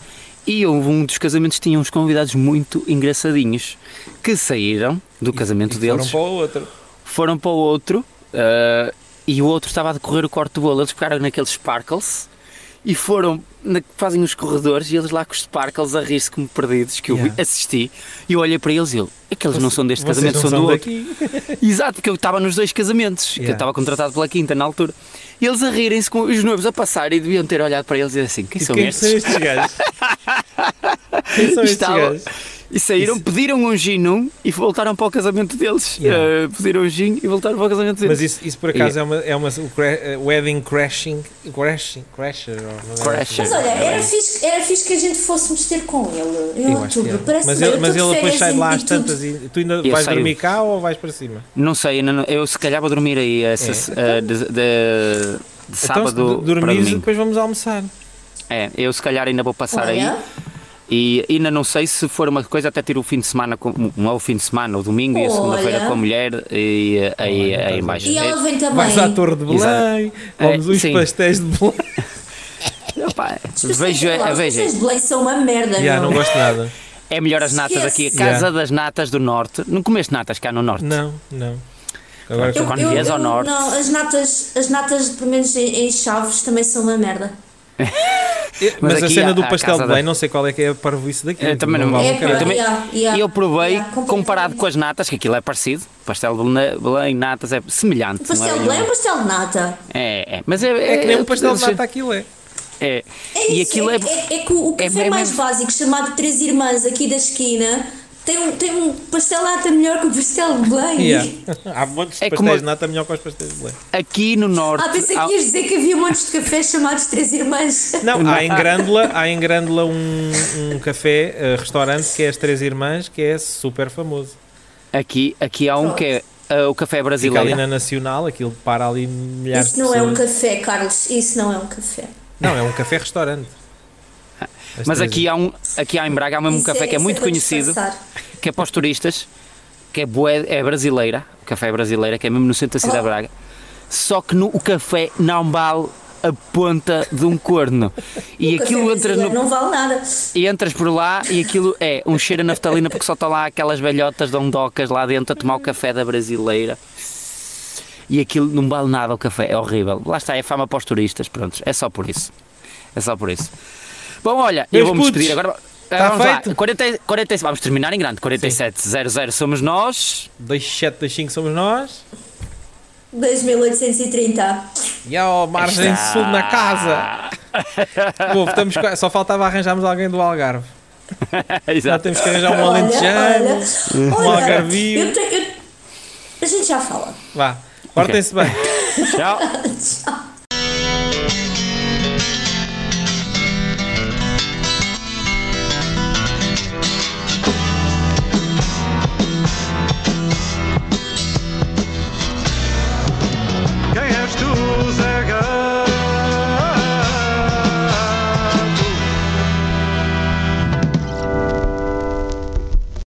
E houve um dos casamentos tinha uns convidados muito engraçadinhos que saíram do casamento deles, Foram um para o outro. foram para o outro ah, e o outro estava a decorrer o corte de bolo. Eles pegaram naqueles sparkles e foram, na, fazem os corredores e eles lá com os sparkles a rir-se como perdidos, que eu vi- Yeah. assisti e eu olhei para eles e eu, aqueles não são deste Vocês casamento, não são, são do outro. daqui. Exato, porque eu estava nos dois casamentos, que eu Yeah. estava contratado pela quinta na altura. E eles a rirem-se com os noivos a passar e deviam ter olhado para eles e dizer assim, quem E são quem estes? são estes gajos? Quem são estes Estava- gajos? E saíram, pediram um gin num e voltaram para o casamento deles. Yeah. Eh, pediram um gin e voltaram para o casamento deles. Mas isso, isso por acaso é uma, é uma o cra- eh, wedding crashing, crashing, crasher. ou é? uma- Crasher. Mas olha, é- era fixe, era fixe que a gente fôssemos ter com ele em Eu acho que outubro. é. Parece mas bem, ele, eu mas tô de ele depois férias sai de em- lá em às tudo. tantas e tu ainda Eu vais saio. dormir cá ou vais para cima? Então, Não sei, ainda não- eu se calhar vou dormir aí essa, se- eh, de, de- de sábado então, É. se du- para dormires e domingo. depois vamos almoçar. É, eu se calhar ainda vou passar aí. Olha, E ainda não sei se for uma coisa, até tiro o fim de semana, com, um ao fim de semana, ou domingo, e a segunda-feira Olha. com a mulher e eh, aí, Olha, então aí estás mais. E ela vem também. Vais à Torre de Belém, vamos É, uns sim. pastéis de Belém. Eh, opá, Os vejo, pastéis de é, Belém- os vejo, pastéis de Belém são uma merda, Já, não não? gosto nada. é melhor as natas aqui, a Esquece. Casa Yeah. das Natas do Norte. Não comeste natas cá no Norte? Não, não. Agora Eu- que- quando vies ao norte. Não, as natas, as natas pelo menos em, em Chaves também são uma merda. Mas, a aqui cena há- do há pastel casa da- de Belém, não sei qual é que é a parvoíce daquilo. Eu também não- vale É, um pá, caralho. também- E eu provei, comparado com a. as natas, que aquilo é parecido, pastel de Belém- Belém, natas é semelhante. não Pastel é de Belém é um nenhuma. pastel de nata. É, é, mas é, É que nem um pastel de eles- nata aquilo é. É. É e isso, aquilo é, é, é, é que o, o é café bem- mais básico, chamado Três Irmãs, aqui da esquina, tem um, tem um pastel de nata melhor que o pastel de Belém. Yeah. Há montes de É como pastéis a- de nata melhor que os pastéis de Belém. aqui no norte. Ah, pensei há- que ias dizer que havia montes de cafés chamados Três Irmãs. Não, há em Grândola, há em Grândola um, um café, eh, restaurante, que é as Três Irmãs, que é super famoso. aqui, aqui há um que é ah, o café Fica ali brasileiro. na Nacional, aquilo para ali milhares Isso não de é pessoas. um café, Carlos, isso não é um café. Não, é um café-restaurante. As Mas Três aqui há, um, aqui há em Braga há mesmo um Isso café que é isso muito para conhecido, disfarçar. que é para os turistas, que é, bué, é brasileira, o café é brasileira, que é mesmo no centro da cidade Oh. de Braga. Só que no, o café não vale a ponta de um corno. E O Um café aquilo entras, brasileiro no, Não vale nada. e entras por lá e aquilo é um cheiro a naftalina porque só estão lá aquelas velhotas dondocas lá dentro a tomar o café da brasileira. E aquilo não vale nada o café, é horrível. Lá está, é fama para os turistas, pronto, é só por isso. É só por isso. Bom, olha, eu Meus vou-me putos, despedir agora. Ah, está vamos lá, feito? 40, 40, vamos terminar em grande. 4700 somos nós. 2725 somos nós. 2830. E ao Margem Está. Sul na casa. Pô, estamos qua- só faltava arranjarmos alguém do Algarve. Já Exato. temos que arranjar um Olha, alentejano. olha, um olha, algarvio. eu tenho- eu- A gente já fala. Vá, portem-se bem. Tchau. Tchau.